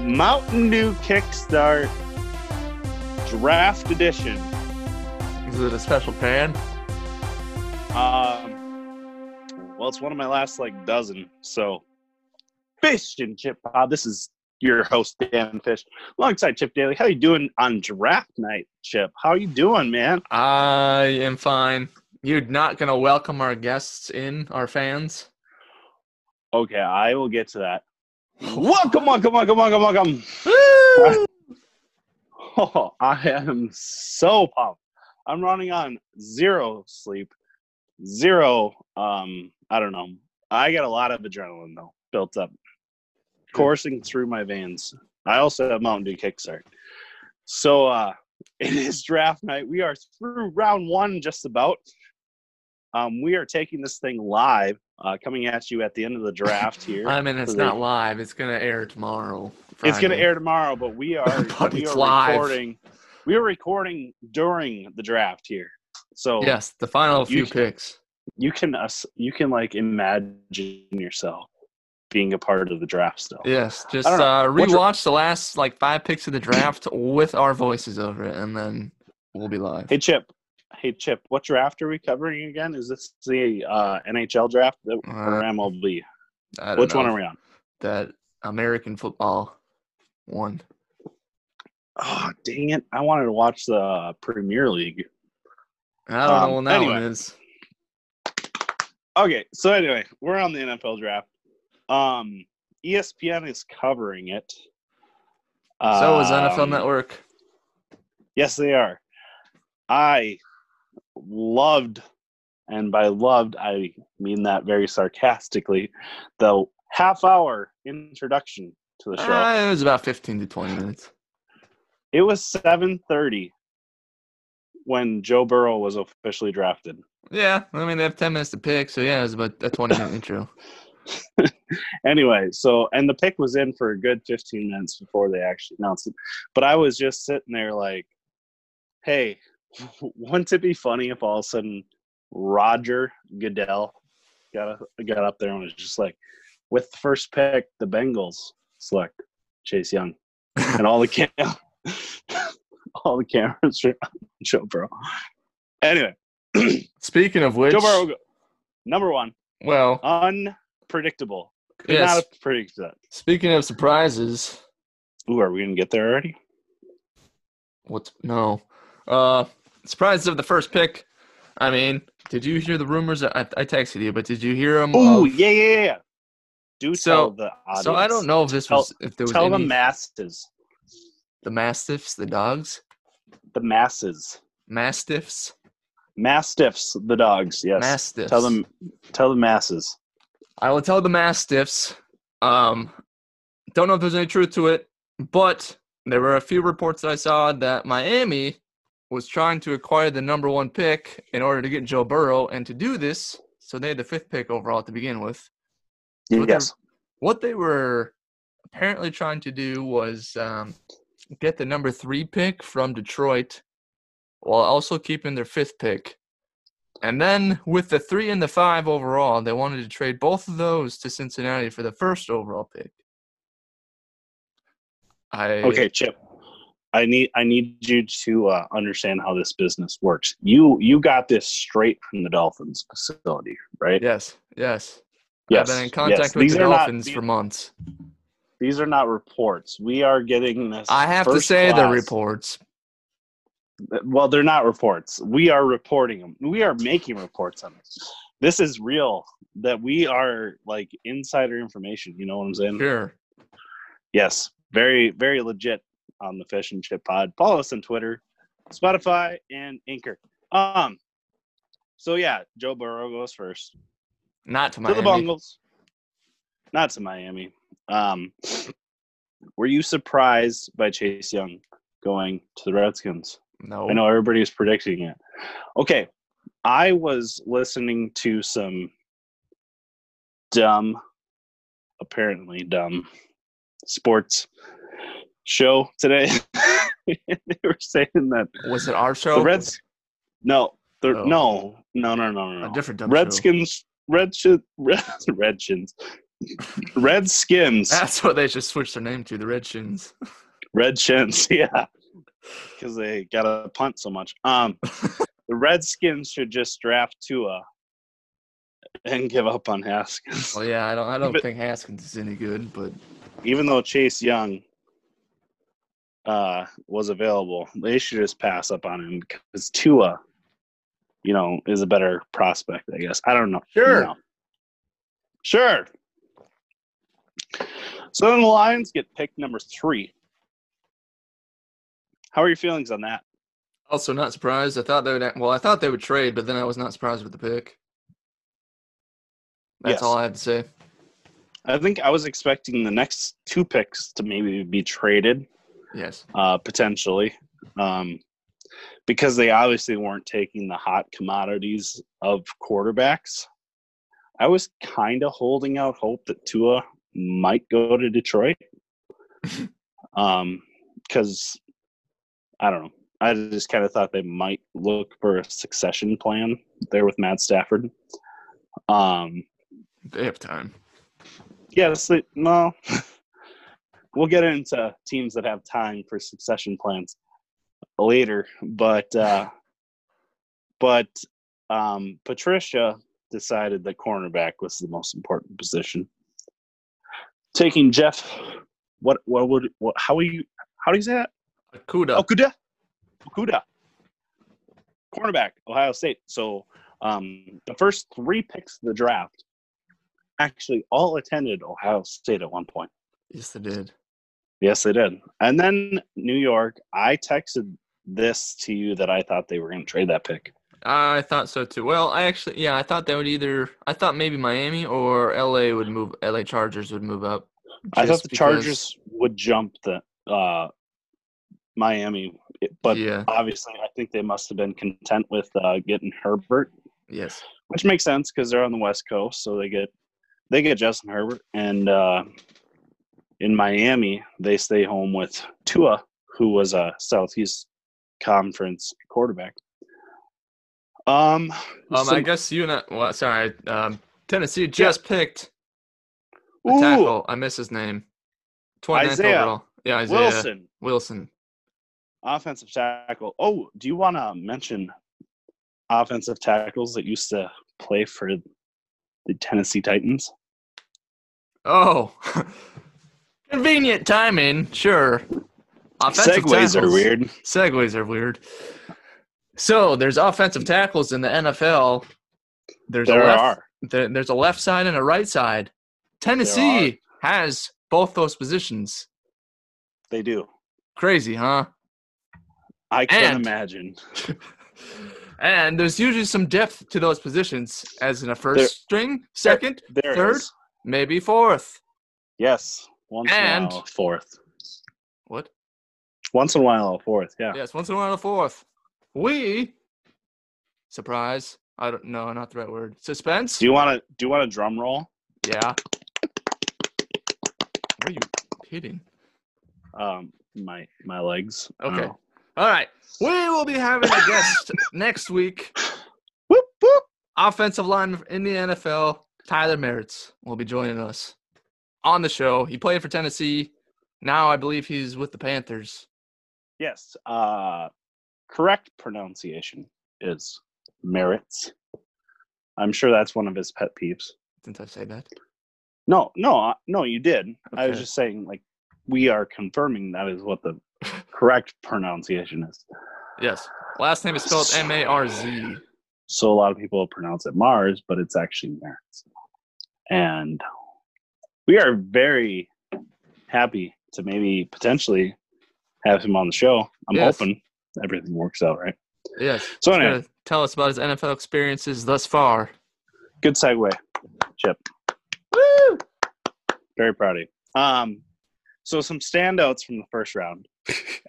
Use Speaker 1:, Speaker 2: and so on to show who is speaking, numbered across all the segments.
Speaker 1: Mountain Dew Kickstart Draft Edition.
Speaker 2: Is it a special brand?
Speaker 1: Um, well, it's one of my last like dozen. So, Fish and Chip Pod. This is your host Dan Fish, alongside Chip Daly. How you doing on draft night, Chip? How you doing, man?
Speaker 2: I am fine. You're not gonna welcome our guests in, our fans.
Speaker 1: Okay, I will get to that. Welcome, welcome, welcome, welcome, welcome.
Speaker 2: Woo!
Speaker 1: Oh, I am so pumped. I'm running on zero sleep, zero. Um, I don't know. I got a lot of adrenaline though built up, coursing through my veins. I also have Mountain Dew Kickstart. So uh, it is draft night. We are through round one just about. Um, we are taking this thing live, uh, coming at you at the end of the draft here.
Speaker 2: I mean, it's
Speaker 1: So they-
Speaker 2: not live. It's gonna air tomorrow.
Speaker 1: It's going to
Speaker 2: Friday.
Speaker 1: air tomorrow, but we are,
Speaker 2: But
Speaker 1: we
Speaker 2: it's
Speaker 1: are
Speaker 2: live.
Speaker 1: recording. We are recording during the draft here, so
Speaker 2: Yes, the final
Speaker 1: You
Speaker 2: few
Speaker 1: can-
Speaker 2: picks.
Speaker 1: you can us you can like imagine yourself being a part of the draft still.
Speaker 2: Yes, just
Speaker 1: I don't know.
Speaker 2: uh,
Speaker 1: What's your-
Speaker 2: rewatch the last like five picks of the draft with our voices over it, and then we'll be live.
Speaker 1: Hey Chip, hey Chip, what draft are we covering again? Is this the uh, NHL draft that, or
Speaker 2: Uh,
Speaker 1: MLB?
Speaker 2: I don't
Speaker 1: Which one
Speaker 2: know.
Speaker 1: are we on?
Speaker 2: That American football one.
Speaker 1: Oh dang it! I wanted to watch the Premier League.
Speaker 2: I don't
Speaker 1: Um,
Speaker 2: know when that one
Speaker 1: anyway.
Speaker 2: is.
Speaker 1: Okay, so anyway, we're on the NFL draft. Um, ESPN is covering it.
Speaker 2: So is NFL
Speaker 1: Um,
Speaker 2: Network.
Speaker 1: Yes, they are. I loved, and by loved, I mean that very sarcastically, the half hour introduction to the show.
Speaker 2: Uh, it was about fifteen to twenty minutes.
Speaker 1: it was 7.30 when Joe Burrow was officially drafted.
Speaker 2: Yeah, I mean they have ten minutes to pick, so yeah, it was about a twenty minute intro.
Speaker 1: Anyway, so, and the pick was in for a good 15 minutes before they actually announced it. But I was just sitting there like, hey, wouldn't it be funny if all of a sudden Roger Goodell got got up there and was just like, with the first pick, the Bengals select Chase Young, and all the cam- all the cameras are on Joe Burrow. Anyway,
Speaker 2: Speaking of which,
Speaker 1: Joe Burrow, go- number one,
Speaker 2: well,
Speaker 1: unpredictable. Could
Speaker 2: yes.
Speaker 1: not have predicted that.
Speaker 2: Speaking of surprises,
Speaker 1: Ooh, are we gonna get there already?
Speaker 2: what's no? Uh, surprises of the first pick. I mean, did you hear the rumors? I, I texted you, but did you hear them?
Speaker 1: Ooh, yeah, yeah, yeah. Do
Speaker 2: So-
Speaker 1: tell the audience.
Speaker 2: so I don't know if this
Speaker 1: Tell-
Speaker 2: was if there was
Speaker 1: Tell the
Speaker 2: any-
Speaker 1: masses.
Speaker 2: the mastiffs, the dogs,
Speaker 1: The masses.
Speaker 2: mastiffs,
Speaker 1: Mastiffs, the dogs. Yes.
Speaker 2: mastiffs.
Speaker 1: Tell them. Tell the masses.
Speaker 2: I will tell the Mastiffs. Um, don't know if there's any truth to it, but there were a few reports that I saw that Miami was trying to acquire the number one pick in order to get Joe Burrow, and to do this, so they had the fifth pick overall to begin with. What the-
Speaker 1: Yes.
Speaker 2: What they were apparently trying to do was um, get the number three pick from Detroit while also keeping their fifth pick. And then with the three and the five overall, they wanted to trade both of those to Cincinnati for the first overall pick. I
Speaker 1: Okay, Chip. I need I need you to uh, understand how this business works. You you got this straight from the Dolphins facility, right?
Speaker 2: Yes, yes.
Speaker 1: Yes,
Speaker 2: I've been in
Speaker 1: yes.
Speaker 2: contact with
Speaker 1: These
Speaker 2: the
Speaker 1: are not-
Speaker 2: Dolphins
Speaker 1: these-
Speaker 2: for months.
Speaker 1: These are not reports. We are getting this.
Speaker 2: I have to
Speaker 1: first
Speaker 2: say the
Speaker 1: class-
Speaker 2: reports.
Speaker 1: Well, they're not reports. We are reporting them. We are making reports on this. This is real. That we are like insider information. You know what I'm saying?
Speaker 2: Sure.
Speaker 1: Yes, very very legit on the Fish and Chip Pod. Follow us on Twitter, Spotify, and Anchor. Um. So yeah, Joe Burrow goes first
Speaker 2: Not to my
Speaker 1: to the Bungles, not to Miami. Um, were you surprised by Chase Young going to the Redskins?
Speaker 2: No.
Speaker 1: I know everybody is predicting it. Okay, I was listening to some dumb, apparently dumb, sports show today. they were saying that
Speaker 2: Was it our show?
Speaker 1: the Reds. No, the,
Speaker 2: Oh.
Speaker 1: no, no, no, no, no,
Speaker 2: a
Speaker 1: no.
Speaker 2: different dumb show.
Speaker 1: Redskins, Redskins, Redskins, Redskins.
Speaker 2: That's what they should switch their name to, the Redskins.
Speaker 1: Red Shins, yeah, because they gotta punt so much. Um, the Redskins should just draft Tua and give up on Haskins,
Speaker 2: Well, yeah, I don't, I don't
Speaker 1: But-
Speaker 2: think Haskins is any good, but
Speaker 1: even though Chase Young uh, was available. They should just pass up on him because Tua, you know, is a better prospect. I guess I don't know.
Speaker 2: Sure.
Speaker 1: No. sure. So then the Lions get pick number three. How are your feelings on that?
Speaker 2: also not surprised. I thought they would, well, I thought they would trade, but then I was not surprised with the pick. That's
Speaker 1: Yes.
Speaker 2: all I have to say.
Speaker 1: I think I was expecting the next two picks to maybe be traded,
Speaker 2: Yes.
Speaker 1: uh, potentially, um, because they obviously weren't taking the hot commodities of quarterbacks. I was kind of holding out hope that Tua might go to Detroit, because I don't know. I just kind of thought they might look for a succession plan there with Matt Stafford. Um,
Speaker 2: They have time.
Speaker 1: Yes, they, no. we'll get into teams that have time for succession plans later, but uh, but um, Patricia decided the cornerback was the most important position. Taking Jeff, what what would what, how are you how do you say that?
Speaker 2: Akuda.
Speaker 1: Oh, Okuda. Okuda. Cornerback, Ohio State. So um, the first three picks of the draft actually all attended Ohio State at one point.
Speaker 2: Yes, they did.
Speaker 1: Yes, they did. And then New York, I texted this to you that I thought they were going to trade that pick.
Speaker 2: I thought so too. Well, I actually, yeah, I thought they would either. I thought maybe Miami or LA would move. LA Chargers would move up.
Speaker 1: I thought
Speaker 2: just
Speaker 1: the
Speaker 2: because-
Speaker 1: Chargers would jump the uh, Miami, but
Speaker 2: yeah.
Speaker 1: obviously I think they must have been content with uh, getting Herbert.
Speaker 2: Yes.
Speaker 1: which makes sense because they're on the West Coast, so they get they get Justin Herbert, and uh, in Miami they stay home with Tua, who was a Southeast Conference quarterback. Um,
Speaker 2: Um,
Speaker 1: some-
Speaker 2: I guess you and I. Well, sorry. Um, Tennessee just picked a
Speaker 1: Ooh,
Speaker 2: tackle. I miss his name. 29th
Speaker 1: Isaiah
Speaker 2: overall. Yeah, Isaiah Wilson.
Speaker 1: Wilson,
Speaker 2: Wilson.
Speaker 1: offensive tackle. Oh, do you want to mention offensive tackles that used to play for the Tennessee Titans?
Speaker 2: Oh, convenient timing. Sure. Offensive
Speaker 1: Segways are
Speaker 2: tackles.
Speaker 1: weird.
Speaker 2: Segways are weird. So there's offensive tackles in the NFL. There's
Speaker 1: there
Speaker 2: a left,
Speaker 1: are.
Speaker 2: there- there's a left side and a right side. Tennessee has both those positions.
Speaker 1: They do.
Speaker 2: Crazy, huh?
Speaker 1: I can
Speaker 2: And-
Speaker 1: imagine.
Speaker 2: and there's usually some depth to those positions, as in a first
Speaker 1: There-
Speaker 2: string, second,
Speaker 1: There it
Speaker 2: Third?
Speaker 1: is.
Speaker 2: maybe fourth.
Speaker 1: Yes. Once in a
Speaker 2: And-
Speaker 1: while, a fourth.
Speaker 2: What?
Speaker 1: Once in a while, a fourth. Yeah.
Speaker 2: Yes, once in a while, a fourth. We surprise. I don't know, not the right word. Suspense.
Speaker 1: Do you want to do you want a drum roll?
Speaker 2: Yeah. What are you hitting?
Speaker 1: Um, my my legs. I don't
Speaker 2: Okay.
Speaker 1: know.
Speaker 2: All right. We will be having a guest next week.
Speaker 1: Whoop whoop.
Speaker 2: Offensive line in the NFL, Tyler Merritts will be joining us on the show. He played for Tennessee. Now I believe he's with the Panthers.
Speaker 1: Yes. Uh, correct pronunciation is merits. I'm sure that's one of his pet peeves.
Speaker 2: Didn't I say that?
Speaker 1: No, no, I- no. You did. I was
Speaker 2: Okay.
Speaker 1: just saying, like, we are confirming that is what the correct pronunciation is.
Speaker 2: Yes. Last name is spelled M A R Z.
Speaker 1: So a lot of people pronounce it Mars, but it's actually Merits. And we are very happy to maybe potentially have him on the show. I'm
Speaker 2: Yes.
Speaker 1: hoping everything works out right.
Speaker 2: Yes.
Speaker 1: So
Speaker 2: He's
Speaker 1: anyway,
Speaker 2: gonna Tell us about his NFL experiences thus far.
Speaker 1: good segue, Chip. Very proud of you. Um, so some standouts from the first round.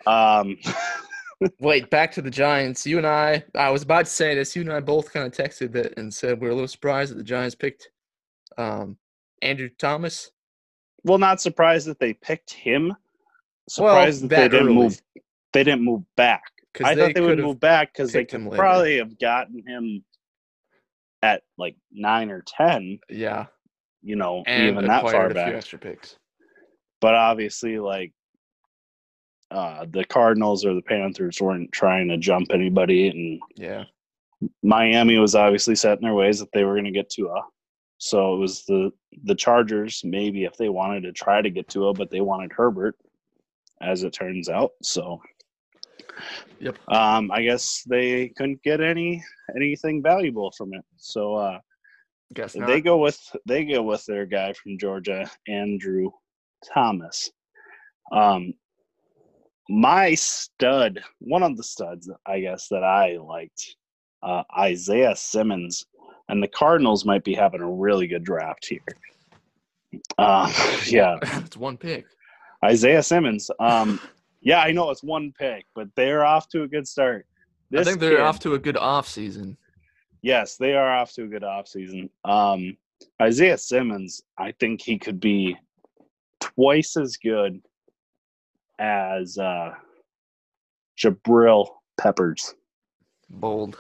Speaker 1: Um,
Speaker 2: Wait, back to the Giants. You and I, I was about to say this. You and I both kind of texted that and said we were a little surprised that the Giants picked um, Andrew Thomas.
Speaker 1: well, not surprised that they picked him.
Speaker 2: Well,
Speaker 1: Surprised that they
Speaker 2: that
Speaker 1: didn't
Speaker 2: early.
Speaker 1: move. They didn't move back. I thought they would
Speaker 2: could've-
Speaker 1: move back because they
Speaker 2: picked
Speaker 1: could
Speaker 2: him later.
Speaker 1: probably have gotten him at like nine or ten,
Speaker 2: Yeah,
Speaker 1: you know,
Speaker 2: and
Speaker 1: even that far
Speaker 2: acquired a
Speaker 1: back.
Speaker 2: few extra picks.
Speaker 1: But obviously, like uh, the Cardinals or the Panthers weren't trying to jump anybody, and
Speaker 2: Yeah,
Speaker 1: Miami was obviously set in their ways that they were going to get Tua. So it was the the Chargers maybe if they wanted to try to get Tua, but they wanted Herbert, as it turns out. So,
Speaker 2: Yep.
Speaker 1: Um, I guess they couldn't get any anything valuable from it. So uh,
Speaker 2: guess not.
Speaker 1: they go with they go with their guy from Georgia, Andrew Thomas. Um, my stud, one of the studs, I guess that I liked, uh, Isaiah Simmons, and the Cardinals might be having a really good draft here. Uh, yeah,
Speaker 2: it's one pick.
Speaker 1: Isaiah Simmons. Um, yeah, I know it's one pick, but they're off to a good start.
Speaker 2: I
Speaker 1: This
Speaker 2: think they're
Speaker 1: kid-
Speaker 2: off to a good off season.
Speaker 1: Yes, they are off to a good offseason. Um, Isaiah Simmons, I think he could be twice as good as uh, Jabril Peppers.
Speaker 2: Bold.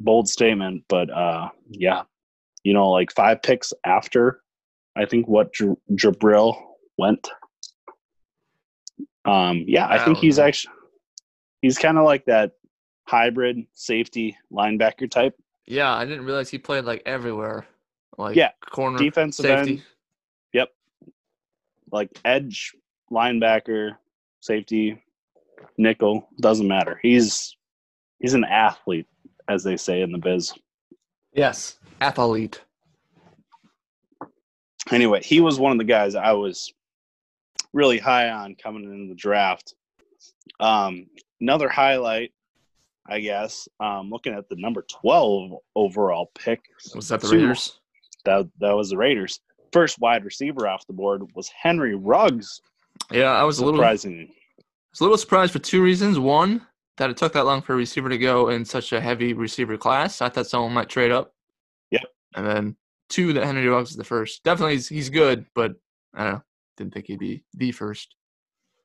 Speaker 1: Bold statement, but uh, yeah, you know, like five picks after, I think what J- Jabril went. Um, yeah, I,
Speaker 2: I
Speaker 1: think
Speaker 2: don't
Speaker 1: he's
Speaker 2: know.
Speaker 1: actually he's kind of like that hybrid safety linebacker type.
Speaker 2: Yeah, I didn't realize he played like everywhere. Like
Speaker 1: Yeah,
Speaker 2: corner,
Speaker 1: defensive
Speaker 2: Mm-hmm. safety.
Speaker 1: end. like edge linebacker safety nickel doesn't matter he's he's an athlete as they say in the biz
Speaker 2: Yes, athlete.
Speaker 1: anyway he was one of the guys i was really high on coming in the draft um another highlight i guess um looking at the number 12 overall pick
Speaker 2: Was that the
Speaker 1: Two.
Speaker 2: Raiders?
Speaker 1: that that was the raiders first wide receiver off the board was henry ruggs
Speaker 2: Yeah, I was a little
Speaker 1: surprising
Speaker 2: was a little surprised for two reasons. One, that it took that long for a receiver to go in such a heavy receiver class. I thought someone might trade up.
Speaker 1: Yep.
Speaker 2: And then two, that Henry Ruggs is the first. Definitely, he's, he's good, but I don't know. Didn't think he'd be the first.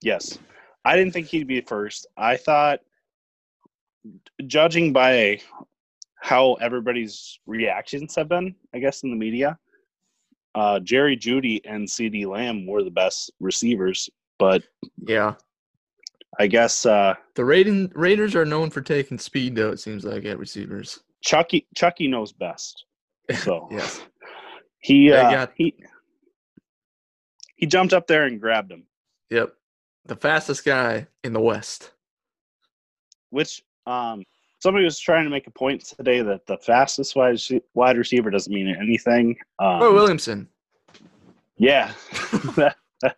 Speaker 1: Yes. I didn't think he'd be first. I thought, judging by how everybody's reactions have been, I guess, in the media, uh, Jerry Judy and CD Lamb were the best receivers. But
Speaker 2: Yeah.
Speaker 1: I guess uh,
Speaker 2: The Raiden, Raiders are known for taking speed, though, it seems like, at receivers.
Speaker 1: Chucky Chucky knows best. So
Speaker 2: Yes.
Speaker 1: he
Speaker 2: They
Speaker 1: uh,
Speaker 2: got-
Speaker 1: he he jumped up there and grabbed him,
Speaker 2: Yep. The fastest guy in the West.
Speaker 1: which um, somebody was trying to make a point today that the fastest wide wide receiver doesn't mean anything. Um,
Speaker 2: Troy Williamson.
Speaker 1: Yeah, that, that,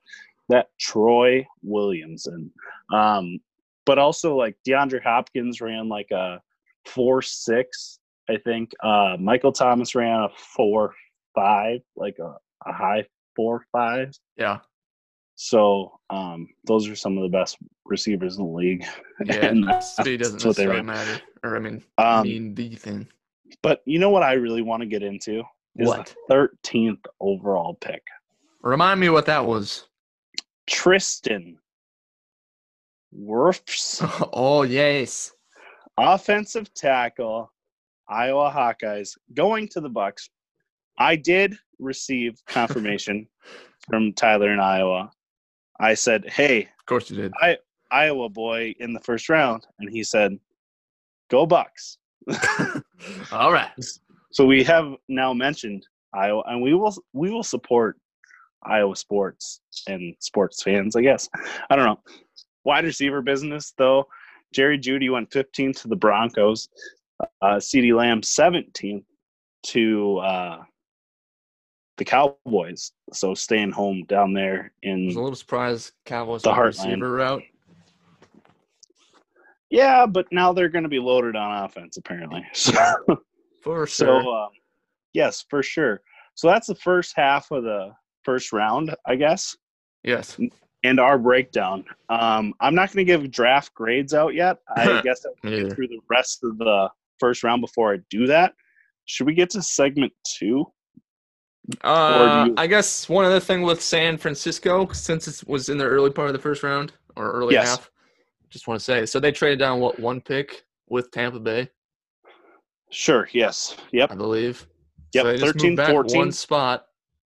Speaker 1: that Troy Williamson. Um, but also like DeAndre Hopkins ran like a four six, I think. Uh, Michael Thomas ran a four five, like a, a high four five.
Speaker 2: Yeah.
Speaker 1: So um, those are some of the best receivers in the league.
Speaker 2: Yeah.
Speaker 1: And that's
Speaker 2: speed doesn't
Speaker 1: what they
Speaker 2: necessarily
Speaker 1: ran.
Speaker 2: matter. Or, I mean,
Speaker 1: Um,
Speaker 2: mean the thing.
Speaker 1: but you know what I really want to get into is
Speaker 2: What?
Speaker 1: the thirteenth overall pick,
Speaker 2: Remind me what that was.
Speaker 1: Tristan Wirfs.
Speaker 2: oh, yes.
Speaker 1: offensive tackle, Iowa Hawkeyes going to the Bucks. I did receive confirmation from Tyler in Iowa. I said, "Hey,
Speaker 2: Of course you did.
Speaker 1: Iowa boy in the first round." And he said, "Go Bucks."
Speaker 2: All right.
Speaker 1: So we have now mentioned Iowa and we will we will support Iowa sports and sports fans, I guess. I don't know. Wide receiver business though. Jerry Judy went 15th to the Broncos. Uh, CD Lamb 17th to uh, the Cowboys. So staying home down there
Speaker 2: I
Speaker 1: in
Speaker 2: was a little surprised Cowboys
Speaker 1: The
Speaker 2: went
Speaker 1: heartland.
Speaker 2: receiver route.
Speaker 1: yeah, but now they're going to be loaded on offense apparently. So
Speaker 2: For sure.
Speaker 1: So, um, yes, for sure. So that's the first half of the first round, I guess,
Speaker 2: yes.
Speaker 1: and our breakdown. Um, I'm not going to give draft grades out yet. I guess I'll
Speaker 2: Me
Speaker 1: get
Speaker 2: neither.
Speaker 1: through the rest of the first round before I do that. Should we get to segment two?
Speaker 2: Uh,
Speaker 1: you-
Speaker 2: I guess one other thing with San Francisco, since it was in the early part of the first round or early
Speaker 1: Yes.
Speaker 2: half, just want to say so they traded down what one pick with Tampa Bay,
Speaker 1: Sure. Yes.
Speaker 2: I
Speaker 1: Yep.
Speaker 2: believe.
Speaker 1: Yep.
Speaker 2: So they just moved
Speaker 1: Thirteen, fourteen.
Speaker 2: back one spot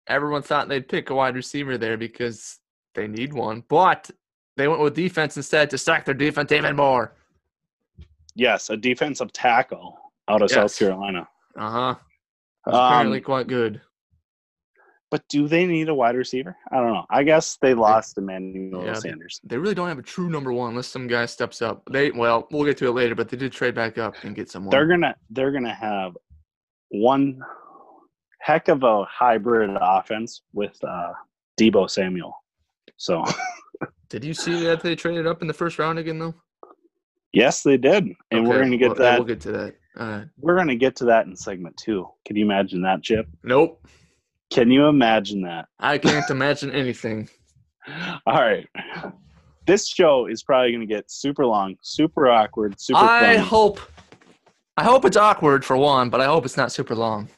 Speaker 2: everyone thought they'd pick a wide receiver there because they need one, but they went with defense instead to stack their defense even more.
Speaker 1: Yes, a defensive tackle out of
Speaker 2: Yes.
Speaker 1: South Carolina.
Speaker 2: Uh huh.
Speaker 1: Um,
Speaker 2: Apparently quite good.
Speaker 1: But do they need a wide receiver? I don't know. I guess they lost Emmanuel
Speaker 2: Yeah.
Speaker 1: Sanders.
Speaker 2: They really don't have a true number one unless some guy steps up. They well, we'll get to it later, but they did trade back up and get someone.
Speaker 1: They're gonna they're gonna have one heck of a hybrid offense with uh, Debo Samuel. So
Speaker 2: Did you see that they traded up in the first round again though?
Speaker 1: yes, they did, and we're
Speaker 2: Okay,
Speaker 1: gonna get
Speaker 2: well,
Speaker 1: that.
Speaker 2: We'll get to that. All right.
Speaker 1: We're gonna get to that in segment two. Can you imagine that, Chip?
Speaker 2: Nope.
Speaker 1: Can you imagine that?
Speaker 2: I can't imagine anything.
Speaker 1: All right. This show is probably going to get super long, super awkward, super
Speaker 2: I
Speaker 1: fun.
Speaker 2: hope. I hope it's awkward for one, but I hope it's not super long.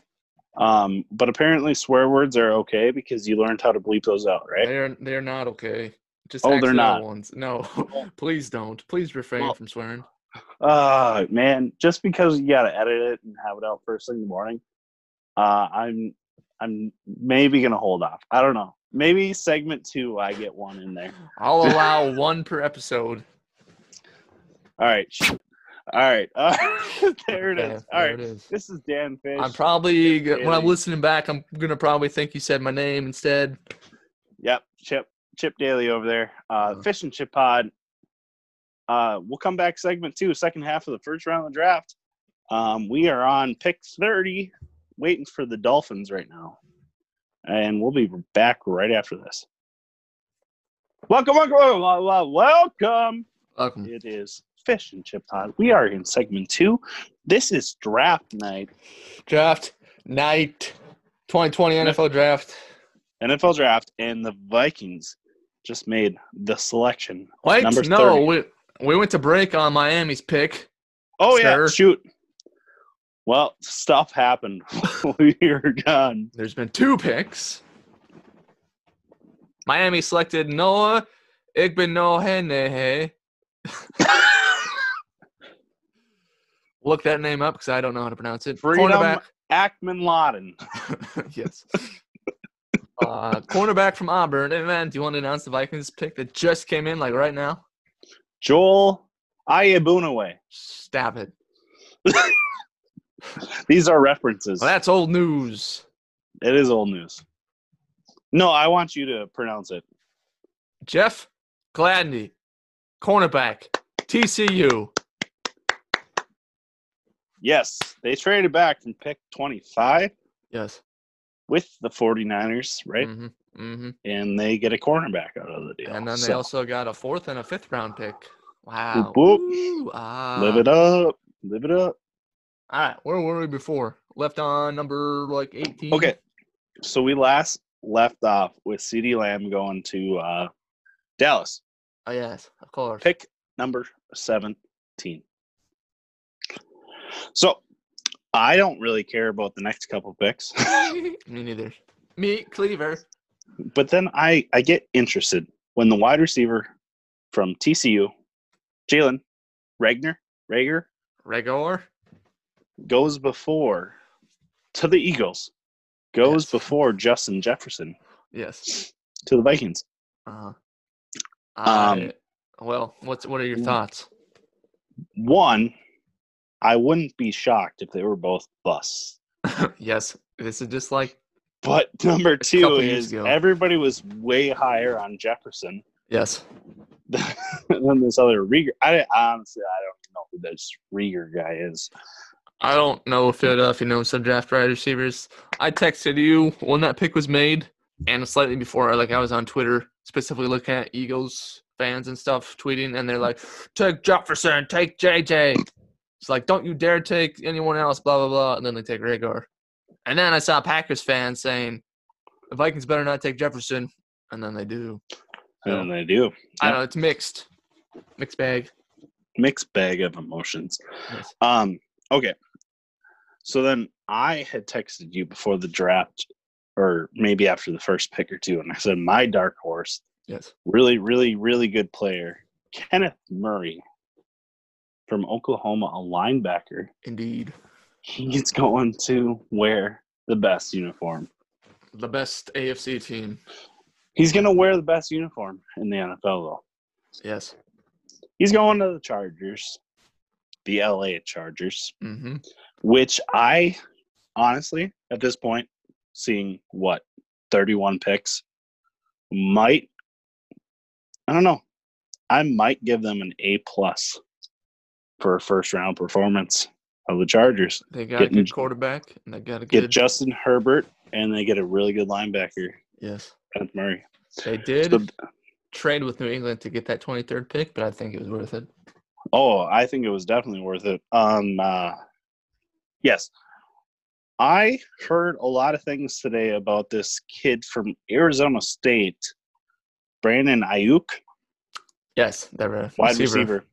Speaker 1: Um, but apparently, swear words are okay because you learned how to bleep those out, right?
Speaker 2: They're they're not okay. Just
Speaker 1: Oh, they're
Speaker 2: accidental
Speaker 1: not.
Speaker 2: ones. No, please don't. Please refrain
Speaker 1: Well-
Speaker 2: from swearing.
Speaker 1: Uh, man, just because you got to edit it and have it out first thing in the morning, uh, I'm I'm maybe going to hold off. I don't know. Maybe segment two, I get one in there.
Speaker 2: I'll allow one per episode.
Speaker 1: All right. sh- All right. Uh, there it
Speaker 2: Okay,
Speaker 1: is. All
Speaker 2: there
Speaker 1: right.
Speaker 2: it is.
Speaker 1: This is Dan Fish.
Speaker 2: I'm probably
Speaker 1: Fish
Speaker 2: when I'm
Speaker 1: Daily.
Speaker 2: listening back. I'm gonna probably think you said my name instead.
Speaker 1: Yep, Chip Chip Daly over there. Uh,
Speaker 2: Uh-huh.
Speaker 1: Fish and Chip Pod. Uh, we'll come back segment two, second half of the first round of the draft. Um, we are on pick thirty, waiting for the Dolphins right now, and we'll be back right after this. Welcome, welcome, welcome, welcome, welcome.
Speaker 2: Welcome.
Speaker 1: It is Fish and Chip Pod. We are in segment two. This is draft night,
Speaker 2: Draft night, 2020 NFL draft.
Speaker 1: NFL draft, and the Vikings just made the selection.
Speaker 2: Wait,
Speaker 1: Number 30.
Speaker 2: no, we we went to break on Miami's pick.
Speaker 1: Oh yeah,
Speaker 2: Sure.
Speaker 1: shoot. Well, stuff happened. we are gone.
Speaker 2: There's been two picks. Miami selected Noah Igbenoghenehe. Look that name up because I don't know how to pronounce it.
Speaker 1: Freedom.
Speaker 2: Cornerback.
Speaker 1: Ackman Laden.
Speaker 2: yes. Uh, cornerback from Auburn. And man, do you want to announce the Vikings pick that just came in, like right now?
Speaker 1: Joel Ayabunawe.
Speaker 2: Stab it.
Speaker 1: These are references.
Speaker 2: Well, that's old news.
Speaker 1: it is old news. No, I want you to pronounce it.
Speaker 2: Jeff Gladney, cornerback, TCU.
Speaker 1: Yes, they traded back from pick 25
Speaker 2: Yes.
Speaker 1: with the 49ers, right?
Speaker 2: Mm-hmm. Mm-hmm.
Speaker 1: And they get a cornerback out of the deal.
Speaker 2: And then they
Speaker 1: So,
Speaker 2: also got a fourth and a fifth round pick. Wow.
Speaker 1: boop.
Speaker 2: Ooh, ah.
Speaker 1: live it up. Live it up.
Speaker 2: All right. Where were we before? Left on number like 18.
Speaker 1: Okay. So we last left off with CeeDee Lamb going to uh, Dallas.
Speaker 2: Oh, yes, of course.
Speaker 1: pick number 17. So I don't really care about the next couple picks,
Speaker 2: Me neither. Meat Cleaver.
Speaker 1: but then I, I get interested when the wide receiver from TCU, Jalen Regner, Rager,
Speaker 2: Regor.
Speaker 1: goes before to the Eagles, goes
Speaker 2: Yes.
Speaker 1: before Justin Jefferson
Speaker 2: Yes.
Speaker 1: to the Vikings.
Speaker 2: Uh-huh.
Speaker 1: Um,
Speaker 2: I- well, what's what are your
Speaker 1: Mm.
Speaker 2: thoughts?
Speaker 1: One, I wouldn't be shocked if they were both busts.
Speaker 2: yes, this is just like
Speaker 1: But number two
Speaker 2: couple years
Speaker 1: is
Speaker 2: ago.
Speaker 1: everybody was way higher on Jefferson
Speaker 2: yes.
Speaker 1: than this other Rieger. I honestly, I don't know who this Rieger guy is.
Speaker 2: I don't know if it, uh, if you know some draft wide receivers. I texted you when that pick was made, and slightly before, like I was on Twitter specifically looking at Eagles fans and stuff tweeting, and they're like, "Take Jefferson, take JJ." It's like, don't you dare take anyone else, blah blah blah, and then they take Rhaegar. And then I saw Packers fans saying, "The Vikings better not take Jefferson," and then they do. Yeah.
Speaker 1: And they do
Speaker 2: I don't know. It's mixed, mixed bag.
Speaker 1: mixed bag of emotions.
Speaker 2: Yes.
Speaker 1: Um, okay. So then I had texted you before the draft, or maybe after the first pick or two, and I said my dark horse,
Speaker 2: Yes.
Speaker 1: really, really, really good player, Kenneth Murray from Oklahoma, a linebacker.
Speaker 2: Indeed.
Speaker 1: He's going to wear the best uniform
Speaker 2: the best AFC team.
Speaker 1: He's gonna wear the best uniform in the NFL though.
Speaker 2: Yes.
Speaker 1: He's going to the Chargers, the LA Chargers,
Speaker 2: Mm-hmm.
Speaker 1: which I honestly at this point, seeing what thirty-one picks, might I don't know. I might give them an A plus for a first round performance of the Chargers.
Speaker 2: They got a
Speaker 1: Getting-
Speaker 2: good quarterback and they got a
Speaker 1: Get
Speaker 2: good.
Speaker 1: Justin Herbert and they get a really good linebacker,
Speaker 2: yes.
Speaker 1: Beth Murray.
Speaker 2: They did
Speaker 1: So-
Speaker 2: trade with New England to get that 23rd pick, but I think it was worth it.
Speaker 1: Oh, I think it was definitely worth it. Um, uh, yes, I heard a lot of things today about this kid from Arizona State, Brandon Ayuk,
Speaker 2: Yes, they were a
Speaker 1: wide receiver.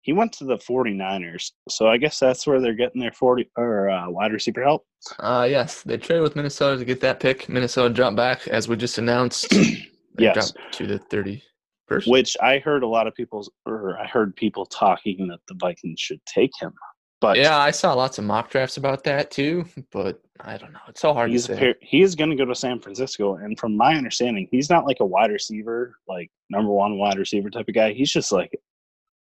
Speaker 1: He went to the 49ers, so I guess that's where they're getting their 40 or uh, wide receiver help.
Speaker 2: Uh, yes, they traded with Minnesota to get that pick. Minnesota dropped back, as we just announced. They
Speaker 1: Yes.
Speaker 2: dropped to the 31st.
Speaker 1: Which I heard a lot of people, or I heard people talking that the Vikings should take him, but
Speaker 2: Yeah, I saw lots of mock drafts about that too, but I don't know. It's so hard
Speaker 1: he's
Speaker 2: to say.
Speaker 1: appear- he is going to go to San Francisco, and from my understanding, he's not like a wide receiver, like number one wide receiver type of guy. He's just like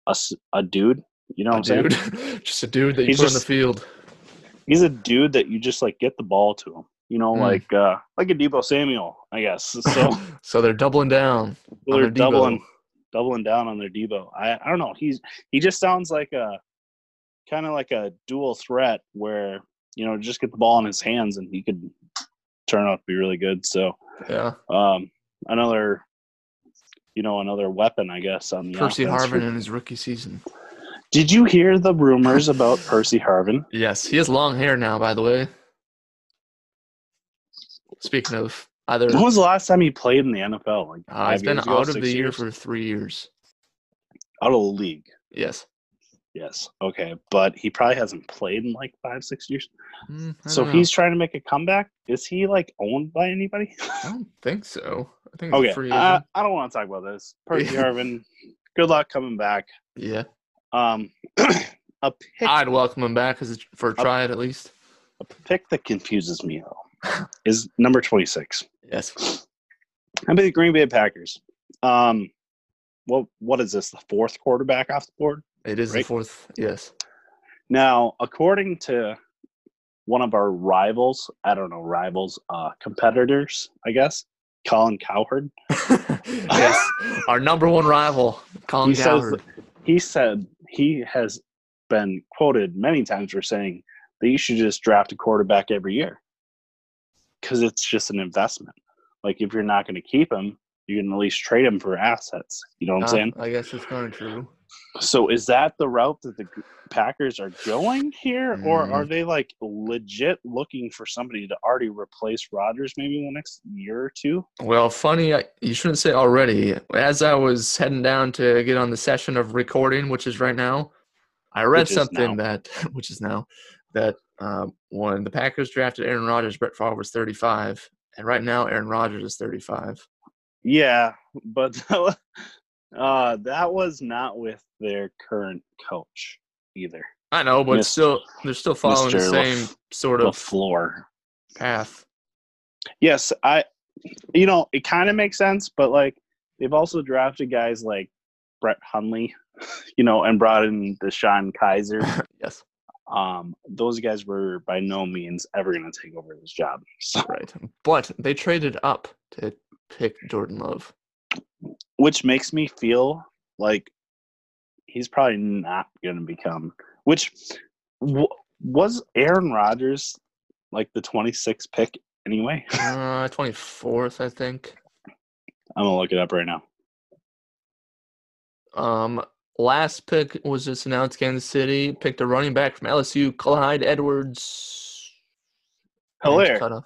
Speaker 1: a, s- a dude. You know what
Speaker 2: A
Speaker 1: I'm saying?
Speaker 2: dude. just a dude that you
Speaker 1: He's
Speaker 2: put on the
Speaker 1: just-
Speaker 2: field.
Speaker 1: He's a dude that you just like get the ball to him. You know,
Speaker 2: Mm.
Speaker 1: like uh, like a Debo Samuel, I guess. So
Speaker 2: so they're doubling down. on
Speaker 1: they're
Speaker 2: Debo.
Speaker 1: doubling doubling down on their Debo. I I don't know. He's he just sounds like a kind of like a dual threat where you know just get the ball in his hands and he could turn out to be really good. So
Speaker 2: Yeah,
Speaker 1: um, another, you know, another weapon, I guess, on the
Speaker 2: Percy
Speaker 1: offense.
Speaker 2: Harvin in his rookie season.
Speaker 1: Did you hear the rumors about Percy Harvin?
Speaker 2: Yes, he has long hair now. By the way. Speaking of either,
Speaker 1: When was the last time he played in the NFL? Like
Speaker 2: uh,
Speaker 1: five
Speaker 2: he's been
Speaker 1: years ago,
Speaker 2: out of
Speaker 1: six
Speaker 2: the year
Speaker 1: years?
Speaker 2: for three years.
Speaker 1: out of the league.
Speaker 2: Yes.
Speaker 1: Yes. Okay, but he probably hasn't played in like five, six years.
Speaker 2: Mm, I
Speaker 1: So
Speaker 2: don't know.
Speaker 1: he's trying to make a comeback. Is he like owned by anybody?
Speaker 2: I don't think so. I think it's
Speaker 1: okay,
Speaker 2: free.
Speaker 1: uh,
Speaker 2: agent.
Speaker 1: I don't want to talk about this. Percy
Speaker 2: Yeah.
Speaker 1: Harvin, good luck coming back.
Speaker 2: yeah,
Speaker 1: Um, a pick
Speaker 2: I'd welcome him back as a, for a
Speaker 1: Oh.
Speaker 2: try at least.
Speaker 1: a pick that confuses me though is number twenty six.
Speaker 2: Yes.
Speaker 1: I bet the Green Bay Packers. Um, what what is this? The fourth quarterback off the board
Speaker 2: It is the
Speaker 1: Right.
Speaker 2: fourth. Yes.
Speaker 1: now, according to one of our rivals. I don't know rivals, uh, competitors. I guess Colin Cowherd.
Speaker 2: yes. Our number one rival, Colin
Speaker 1: He says
Speaker 2: Cowherd.
Speaker 1: He said he has been quoted many times for saying that you should just draft a quarterback every year because it's just an investment. Like if you're not going to keep him, you can at least trade him for assets. You know what I'm
Speaker 2: Uh,
Speaker 1: saying?
Speaker 2: I guess it's kind of true.
Speaker 1: So is that the route that the Packers are going here, or
Speaker 2: Mm.
Speaker 1: are they like legit looking for somebody to already replace Rodgers maybe in the next year or two?
Speaker 2: Well, funny, I- you shouldn't say already. As I was heading down to get on the session of recording, which is right now, I read
Speaker 1: Which is
Speaker 2: something that, which is now, that um, when the Packers drafted Aaron Rodgers, Brett Favre was 35. And right now, Aaron Rodgers is 35.
Speaker 1: Yeah, but that was, uh, that was not with their current coach either.
Speaker 2: I know, but
Speaker 1: Miss-
Speaker 2: still, they're still following the
Speaker 1: Mr.
Speaker 2: same
Speaker 1: Laf-
Speaker 2: sort
Speaker 1: The
Speaker 2: of
Speaker 1: floor.
Speaker 2: path.
Speaker 1: Yes, I. You know, it kind of makes sense, but like they've also drafted guys like Brett Hundley, you know, and brought in Deshaun Kaiser.
Speaker 2: Yes,
Speaker 1: um, those guys were by no means ever going to take over this job. So,
Speaker 2: right. But they traded up to pick Jordan Love.
Speaker 1: which makes me feel like he's probably not going to become. Which w- was Aaron Rodgers like the 26th pick anyway?
Speaker 2: Uh, 24th, I think.
Speaker 1: I'm going to look it up right now.
Speaker 2: Um, last pick was just announced. Kansas City picked a running back from LSU, Clyde Edwards.
Speaker 1: Hilaire.
Speaker 2: Cut off.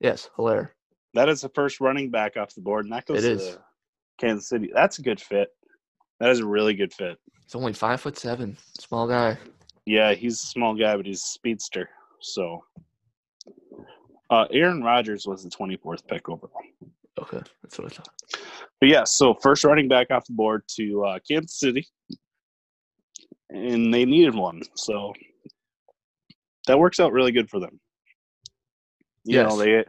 Speaker 2: Yes, Hilaire.
Speaker 1: That is the first running back off the board, and that goes
Speaker 2: It
Speaker 1: to
Speaker 2: is.
Speaker 1: the Kansas City. That's a good fit. That is a really good fit.
Speaker 2: He's only five foot seven, small guy.
Speaker 1: Yeah, he's a small guy, but he's a speedster. So, uh, Aaron Rodgers was the 24th pick overall.
Speaker 2: Okay, that's what I thought.
Speaker 1: But yeah, so first running back off the board to uh, Kansas City, and they needed one, so that works out really good for them. You know,
Speaker 2: Yes.
Speaker 1: they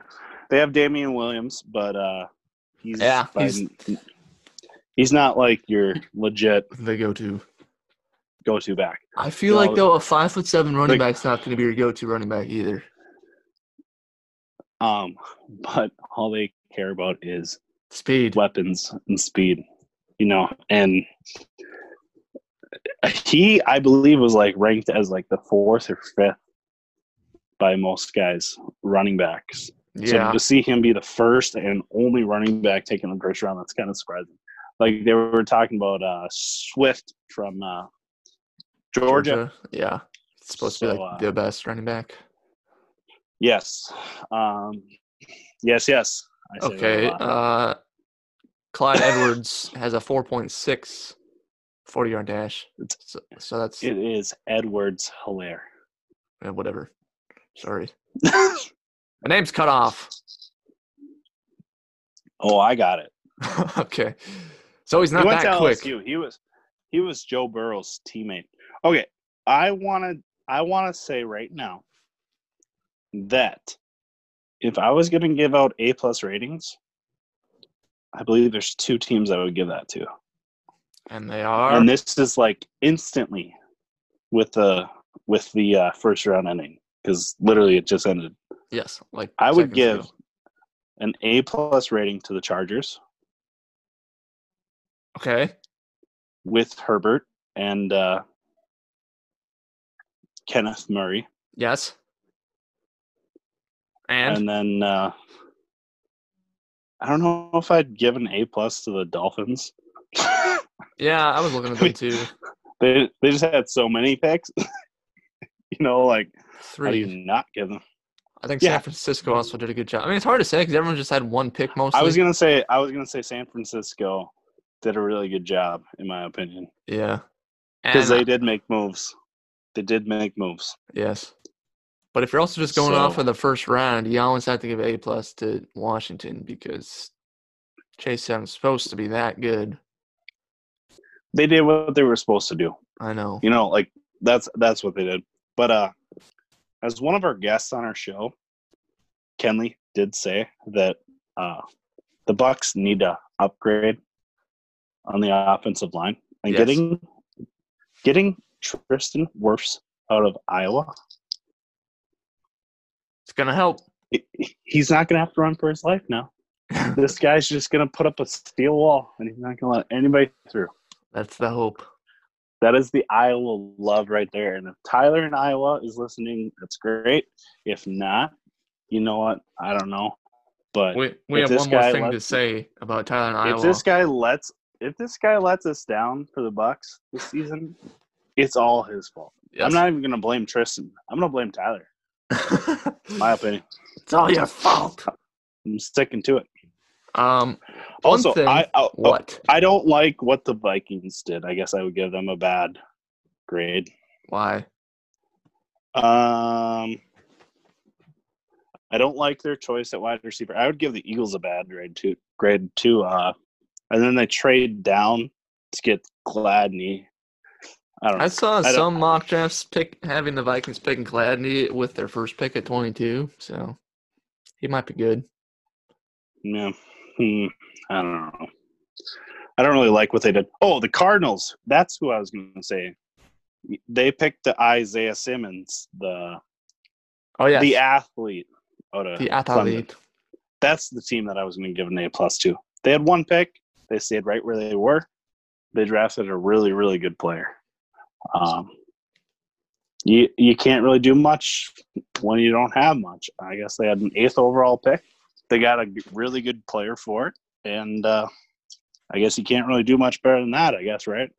Speaker 1: they have Damian Williams, but uh, he's
Speaker 2: Yeah,
Speaker 1: by-
Speaker 2: he's-
Speaker 1: he's, not like your legit
Speaker 2: The go-to.
Speaker 1: go-to back.
Speaker 2: I feel
Speaker 1: No.
Speaker 2: like though a five foot seven running
Speaker 1: Like-
Speaker 2: back's not going to be your go-to running back either.
Speaker 1: Um, but all they care about is
Speaker 2: Speed.
Speaker 1: weapons and speed, you know. And he, I believe, was like ranked as like the fourth or fifth by most guys running backs. So
Speaker 2: Yeah.
Speaker 1: to see him be the first and only running back taken in the first round, that's kind of surprising. Like they were talking about uh, Swift from uh, Georgia.
Speaker 2: Yeah. It's supposed to be
Speaker 1: So,
Speaker 2: like
Speaker 1: uh,
Speaker 2: the best running back.
Speaker 1: Yes. Um, yes, yes. I say that a
Speaker 2: Okay.
Speaker 1: lot.
Speaker 2: Uh, Clyde Edwards has a 4.6 40 yard dash.
Speaker 1: It's-
Speaker 2: So, so that's
Speaker 1: it is Edwards Hilaire.
Speaker 2: uh, whatever. Sorry. My name's cut off.
Speaker 1: oh, I got it.
Speaker 2: okay. So he's not
Speaker 1: he went
Speaker 2: that
Speaker 1: to
Speaker 2: quick.
Speaker 1: LSU. He was he was Joe Burrow's teammate. Okay, I wanna I wanna say right now that if I was gonna give out A plus ratings, I believe there's two teams I would give that to,
Speaker 2: And they are.
Speaker 1: and this is like instantly with the with the uh, first round ending because literally it just ended.
Speaker 2: yes. Like
Speaker 1: I would
Speaker 2: seconds
Speaker 1: give
Speaker 2: ago.
Speaker 1: an A plus rating to the Chargers
Speaker 2: Okay.
Speaker 1: with Herbert and uh, Kenneth Murray.
Speaker 2: Yes. And,
Speaker 1: and then uh, I don't know if I'd give an A plus to the Dolphins.
Speaker 2: yeah, I was looking at them too.
Speaker 1: they they just had so many picks. you know, like how do
Speaker 2: Three.
Speaker 1: you not give them?
Speaker 2: I think
Speaker 1: Yeah.
Speaker 2: San Francisco also did a good job. I mean, it's hard to say because everyone just had one pick mostly.
Speaker 1: I was gonna say I was gonna say San Francisco did a really good job in my opinion
Speaker 2: yeah.
Speaker 1: because
Speaker 2: And-
Speaker 1: they did make moves. They did make moves.
Speaker 2: Yes. But if you're also just going off
Speaker 1: So-
Speaker 2: of the first round, you always have to give A plus to Washington because Chase Young's supposed to be that good.
Speaker 1: They did what they were supposed to do.
Speaker 2: I know.
Speaker 1: You know, like that's that's what they did. But uh as one of our guests on our show, Kenley did say that uh the Bucks need to upgrade on the offensive line. And
Speaker 2: Yes.
Speaker 1: getting getting Tristan Wirfs out of Iowa,
Speaker 2: It's gonna help.
Speaker 1: he- he's not gonna have to run for his life now. this guy's just gonna put up a steel wall and he's not gonna let anybody through.
Speaker 2: That's the hope.
Speaker 1: That is the Iowa love right there. And if Tyler in Iowa is listening, that's great. If not, you know what? I don't know. But
Speaker 2: We we
Speaker 1: If
Speaker 2: have
Speaker 1: this
Speaker 2: one more
Speaker 1: guy
Speaker 2: thing to
Speaker 1: lets-
Speaker 2: say about Tyler and
Speaker 1: if
Speaker 2: Iowa.
Speaker 1: this guy lets if this guy lets us down for the Bucks this season, it's all his fault. I'm
Speaker 2: Yes.
Speaker 1: not even gonna blame Tristan. I'm gonna blame Tyler. My opinion.
Speaker 2: it's all your fault.
Speaker 1: I'm sticking to it.
Speaker 2: Um One
Speaker 1: Also,
Speaker 2: thing-
Speaker 1: I, I
Speaker 2: what?
Speaker 1: I don't like what the Vikings did. I guess I would give them a bad grade.
Speaker 2: Why?
Speaker 1: Um, I don't like their choice at wide receiver. I would give the Eagles a bad grade two. Grade two. Uh, and then they trade down to get Gladney. I don't know.
Speaker 2: I saw
Speaker 1: don't-
Speaker 2: some mock drafts pick having the Vikings picking Gladney with their first pick at twenty two, so he might be good.
Speaker 1: yeah. Hmm. I don't know. I don't really like what they did. Oh, the Cardinals. That's who I was going to say. They picked the Isaiah Simmons, the
Speaker 2: Oh yeah.
Speaker 1: the athlete. Out of
Speaker 2: the
Speaker 1: Clemson.
Speaker 2: athlete.
Speaker 1: that's the team that I was going to give an A plus to. They had one pick. They stayed right where they were. They drafted a really, really good player. Um, you you can't really do much when you don't have much. I guess they had an eighth overall pick. They got a g- really good player for it, and uh, I guess you can't really do much better than that. I guess, right?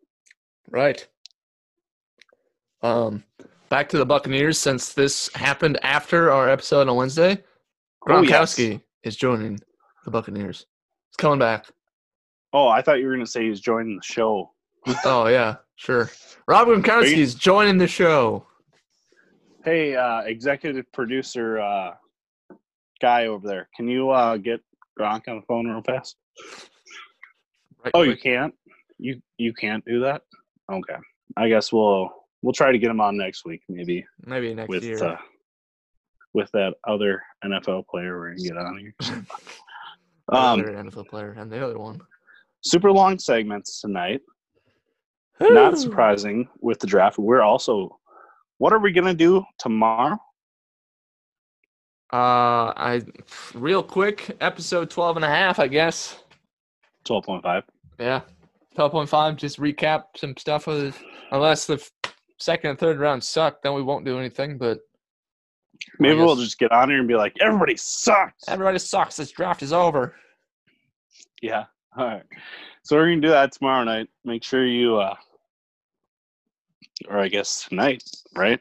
Speaker 2: Right. Um, back to the Buccaneers since this happened after our episode on Wednesday.
Speaker 1: Oh, yes.
Speaker 2: Gronkowski is joining the Buccaneers. He's coming back.
Speaker 1: Oh, I thought you were going to say he's joining the show.
Speaker 2: Oh yeah, sure. Rob Gronkowski
Speaker 1: you-
Speaker 2: is joining the show.
Speaker 1: Hey, uh, executive producer uh, guy over there, can you uh, get Gronk on the phone real fast?
Speaker 2: Right
Speaker 1: Oh, you
Speaker 2: quick.
Speaker 1: can't. You you can't do that. Okay. I guess we'll we'll try to get him on next week, maybe
Speaker 2: maybe next
Speaker 1: with
Speaker 2: year.
Speaker 1: uh, with that other NFL player we're gonna get on here.
Speaker 2: Um,
Speaker 1: Um,
Speaker 2: NFL player and the other one.
Speaker 1: Super long segments tonight. Not surprising with the draft. We're also. What are we gonna do tomorrow?
Speaker 2: Uh, I real quick episode 12 and a half, I guess.
Speaker 1: Twelve point five.
Speaker 2: Yeah, 12.5. Just recap some stuff. With, unless the f- second and third round suck, then we won't do anything. But
Speaker 1: Maybe
Speaker 2: guess-
Speaker 1: we'll just get on here and be like, everybody sucks.
Speaker 2: everybody sucks. This draft is over.
Speaker 1: Yeah. All right. So we're gonna do that tomorrow night. Make sure you, uh or I guess tonight, right?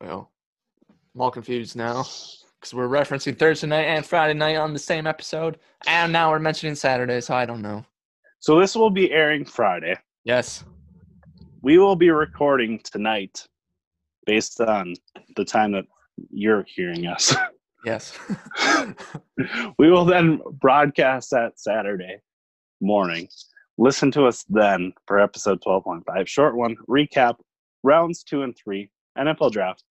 Speaker 2: Well, I'm all confused now because we're referencing Thursday night and Friday night on the same episode, and now we're mentioning Saturday, so I don't know.
Speaker 1: So this will be airing Friday.
Speaker 2: Yes.
Speaker 1: We will be recording tonight, based on the time that you're hearing us.
Speaker 2: Yes.
Speaker 1: we will then broadcast that Saturday morning. Listen to us then for episode 12.5, short one, recap rounds two and three, NFL draft.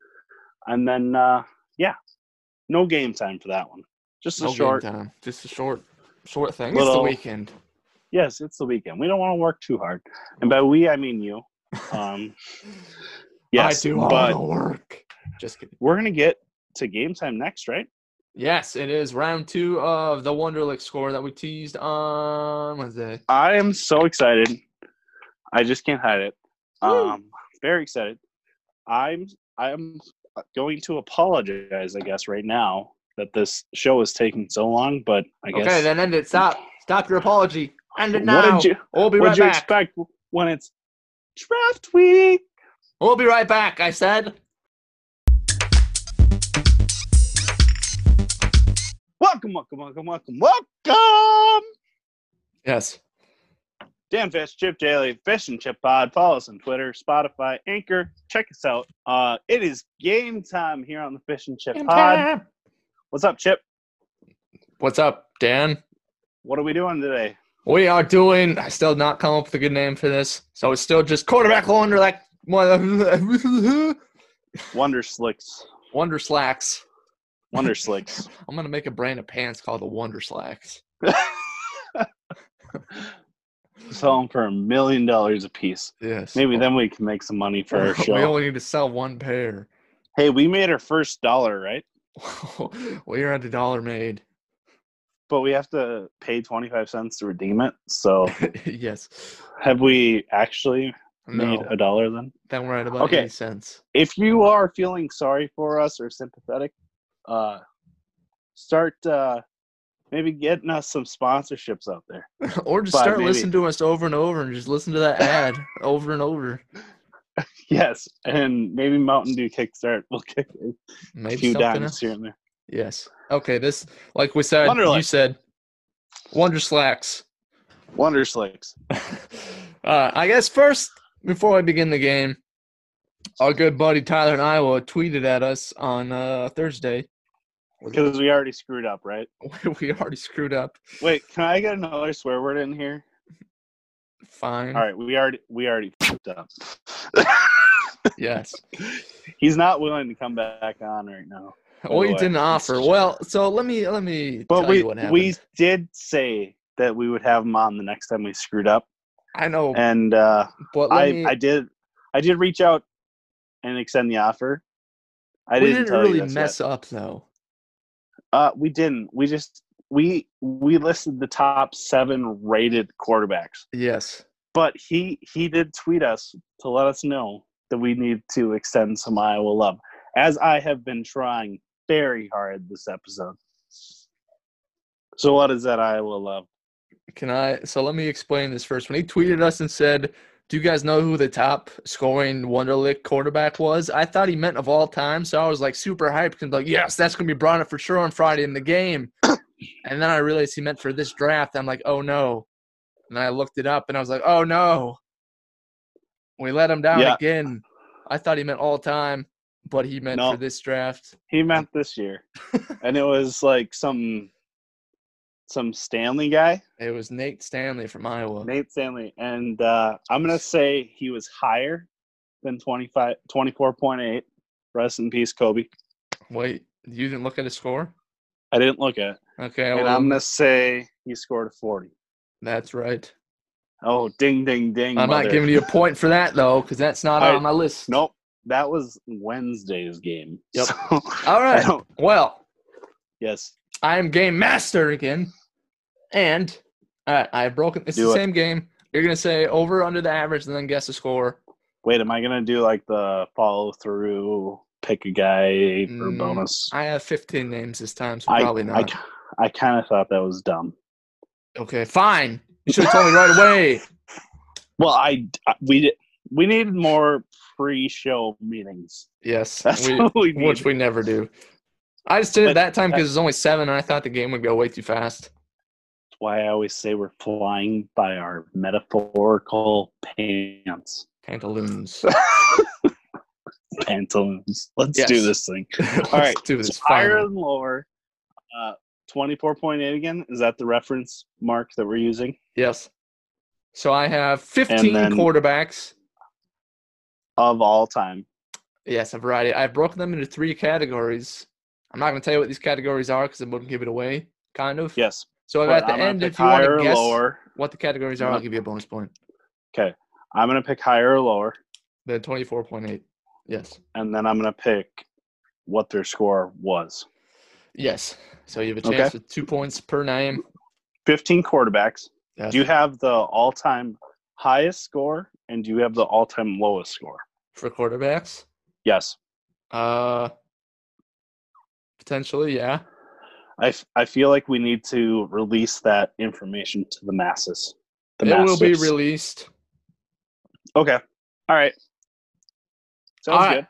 Speaker 1: And then, uh, yeah, no game time for that one. Just a
Speaker 2: No game
Speaker 1: short.
Speaker 2: time. Just a short, short thing. It's the
Speaker 1: Little-
Speaker 2: weekend.
Speaker 1: Yes, it's the weekend. We don't want to work too hard. And by we, I mean you. Um, yes,
Speaker 2: I do all
Speaker 1: but
Speaker 2: the work. Just kidding.
Speaker 1: we're going to get to game time next, right?
Speaker 2: Yes, it is round two of the Wonderlick score that we teased on Wednesday.
Speaker 1: I am so excited. I just can't hide it.
Speaker 2: Woo.
Speaker 1: Um, very excited. I'm I'm going to apologize, I guess, right now that this show is taking so long. But I guess
Speaker 2: Okay, then end it. Stop. Stop your apology. End it now.
Speaker 1: what did you
Speaker 2: we'll be
Speaker 1: what
Speaker 2: right
Speaker 1: did you
Speaker 2: back.
Speaker 1: expect when it's draft week?
Speaker 2: We'll be right back. I said.
Speaker 1: Welcome, welcome, welcome, welcome, welcome.
Speaker 2: Yes.
Speaker 1: Dan Fish, Chip Daily, Fish and Chip Pod. Follow us on Twitter, Spotify, Anchor. Check us out. Uh, it is game time here on the Fish and Chip Pod. What's up, Chip?
Speaker 2: What's up, Dan?
Speaker 1: What are we doing today?
Speaker 2: We are doing. I still not come up with a good name for this, so it's still just quarterback wonder like wonder
Speaker 1: Wonder Slicks.
Speaker 2: slacks.
Speaker 1: Wonder Slicks.
Speaker 2: I'm gonna make a brand of pants called the Wonder Slacks.
Speaker 1: Sell them for a million dollars a piece.
Speaker 2: Yes.
Speaker 1: Maybe then we can make some money for our show.
Speaker 2: We only need to sell one pair.
Speaker 1: hey, we made our first dollar, right?
Speaker 2: we are at a dollar made.
Speaker 1: But we have to pay 25 cents to redeem it. So
Speaker 2: yes.
Speaker 1: have we actually made
Speaker 2: No.
Speaker 1: a dollar then?
Speaker 2: Then we're at about
Speaker 1: Okay.
Speaker 2: eighty cents.
Speaker 1: If you are feeling sorry for us or sympathetic, uh, start uh, maybe getting us some sponsorships out there.
Speaker 2: or just
Speaker 1: But
Speaker 2: start
Speaker 1: maybe-
Speaker 2: listening to us over and over and just listen to that ad over and over.
Speaker 1: Yes. And maybe Mountain Dew Kickstart will kick in.
Speaker 2: Maybe
Speaker 1: few
Speaker 2: something
Speaker 1: dimes
Speaker 2: else.
Speaker 1: here and there.
Speaker 2: Yes. Okay. This, like we said, you
Speaker 1: Wonderlic.
Speaker 2: said, Wonder Slacks.
Speaker 1: Wonder Slicks.
Speaker 2: uh, I guess first, before I begin the game, our good buddy Tyler in Iowa tweeted at us on uh, Thursday.
Speaker 1: Because we already screwed up, right?
Speaker 2: we already screwed up.
Speaker 1: Wait, can I get another swear word in here?
Speaker 2: Fine. Mm-hmm.
Speaker 1: All right, we already we already fucked up.
Speaker 2: Yes.
Speaker 1: He's not willing to come back on right now.
Speaker 2: well, you
Speaker 1: Otherwise-
Speaker 2: didn't offer. Well, so let me let me
Speaker 1: But
Speaker 2: tell
Speaker 1: we
Speaker 2: you what happened.
Speaker 1: we did say that we would have him on the next time we screwed up,
Speaker 2: I know,
Speaker 1: and uh,
Speaker 2: Oh. but let
Speaker 1: I
Speaker 2: me,
Speaker 1: I did I did reach out and extend the offer. I
Speaker 2: we
Speaker 1: didn't,
Speaker 2: didn't
Speaker 1: tell
Speaker 2: really
Speaker 1: you this
Speaker 2: mess up
Speaker 1: Yet.
Speaker 2: though.
Speaker 1: Uh, we didn't. We just we we listed the top seven rated quarterbacks.
Speaker 2: Yes.
Speaker 1: but he he did tweet us to let us know that we need to extend some Iowa love, as I have been trying very hard this episode. So what is that Iowa love?
Speaker 2: Can I? So let me explain this first. When he tweeted us and said, "Do you guys know who the top scoring Wonderlic quarterback was?" I thought he meant of all time, so I was like super hyped because like, yes, that's gonna be brought up for sure on Friday in the game. and then I realized he meant for this draft. I'm like, oh no. And I looked it up and I was like, oh no. We let him down
Speaker 1: Yeah.
Speaker 2: again. I thought he meant all time, but he meant
Speaker 1: No.
Speaker 2: for this draft.
Speaker 1: He meant this year, and it was like some some Stanley guy,
Speaker 2: It was Nate Stanley from Iowa.
Speaker 1: Nate Stanley, and uh, I'm gonna say he was higher than 25, 24.8. Rest in peace, Kobe.
Speaker 2: Wait, You didn't look at his score?
Speaker 1: I didn't look at. it.
Speaker 2: Okay.
Speaker 1: And
Speaker 2: well,
Speaker 1: I'm gonna say he scored 40.
Speaker 2: that's right.
Speaker 1: Oh, ding, ding, ding!
Speaker 2: I'm
Speaker 1: mother.
Speaker 2: not giving you a point for that, though, because that's not
Speaker 1: I-
Speaker 2: on my list.
Speaker 1: Nope, that was Wednesday's game.
Speaker 2: Yep.
Speaker 1: So,
Speaker 2: All
Speaker 1: I
Speaker 2: right.
Speaker 1: don't-
Speaker 2: Well,
Speaker 1: yes.
Speaker 2: I am game master again. And all right, I have broken. It's
Speaker 1: Do
Speaker 2: the
Speaker 1: it.
Speaker 2: same game. You're gonna say over or under the average, and then guess the score.
Speaker 1: Wait, am I gonna do like the follow through, pick a guy for
Speaker 2: Mm,
Speaker 1: bonus?
Speaker 2: I have 15 names this time, so
Speaker 1: I-
Speaker 2: probably
Speaker 1: I,
Speaker 2: not.
Speaker 1: ki- I kind of thought that was dumb.
Speaker 2: okay, fine. You should have told me right away.
Speaker 1: Well, I I- we did- we needed more pre-show meetings.
Speaker 2: Yes,
Speaker 1: That's
Speaker 2: we,
Speaker 1: what we
Speaker 2: which
Speaker 1: need.
Speaker 2: we never do. I just did it
Speaker 1: But-
Speaker 2: that time because it's only seven, and I thought the game would go way too fast.
Speaker 1: Why I always say we're flying by our metaphorical pants,
Speaker 2: Pantaloons.
Speaker 1: pantaloons. Let's
Speaker 2: Yes.
Speaker 1: do this thing.
Speaker 2: Let's
Speaker 1: All right,
Speaker 2: do this.
Speaker 1: So
Speaker 2: finally.
Speaker 1: Iron Lore, uh, twenty-four point eight again. Is that the reference mark that we're using?
Speaker 2: Yes. So I have 15
Speaker 1: then-
Speaker 2: quarterbacks.
Speaker 1: of all time.
Speaker 2: Yes, a variety. I've broken them into three categories. I'm not going to tell you what these categories are because it wouldn't give it away, kind of.
Speaker 1: Yes.
Speaker 2: So
Speaker 1: but
Speaker 2: at the
Speaker 1: I'm gonna
Speaker 2: end,
Speaker 1: pick
Speaker 2: if you want
Speaker 1: higher
Speaker 2: to
Speaker 1: or
Speaker 2: guess
Speaker 1: lower, Uh-huh.
Speaker 2: what the categories are, I'll
Speaker 1: Yep.
Speaker 2: give you a bonus point.
Speaker 1: I'm gonna pick higher or lower,
Speaker 2: Then 24.8. Yes.
Speaker 1: and then I'm gonna pick what their score was.
Speaker 2: Yes. So you have a
Speaker 1: Okay.
Speaker 2: chance with two points per name.
Speaker 1: Fifteen quarterbacks.
Speaker 2: Yes.
Speaker 1: Do you have the all-time highest score, and do you have the all-time lowest score?
Speaker 2: for quarterbacks?
Speaker 1: Yes.
Speaker 2: Uh, potentially, yeah.
Speaker 1: I, f- I feel like we need to release that information to the masses. The
Speaker 2: it will be
Speaker 1: masters.
Speaker 2: released.
Speaker 1: okay. All right. Sounds
Speaker 2: All right.
Speaker 1: good.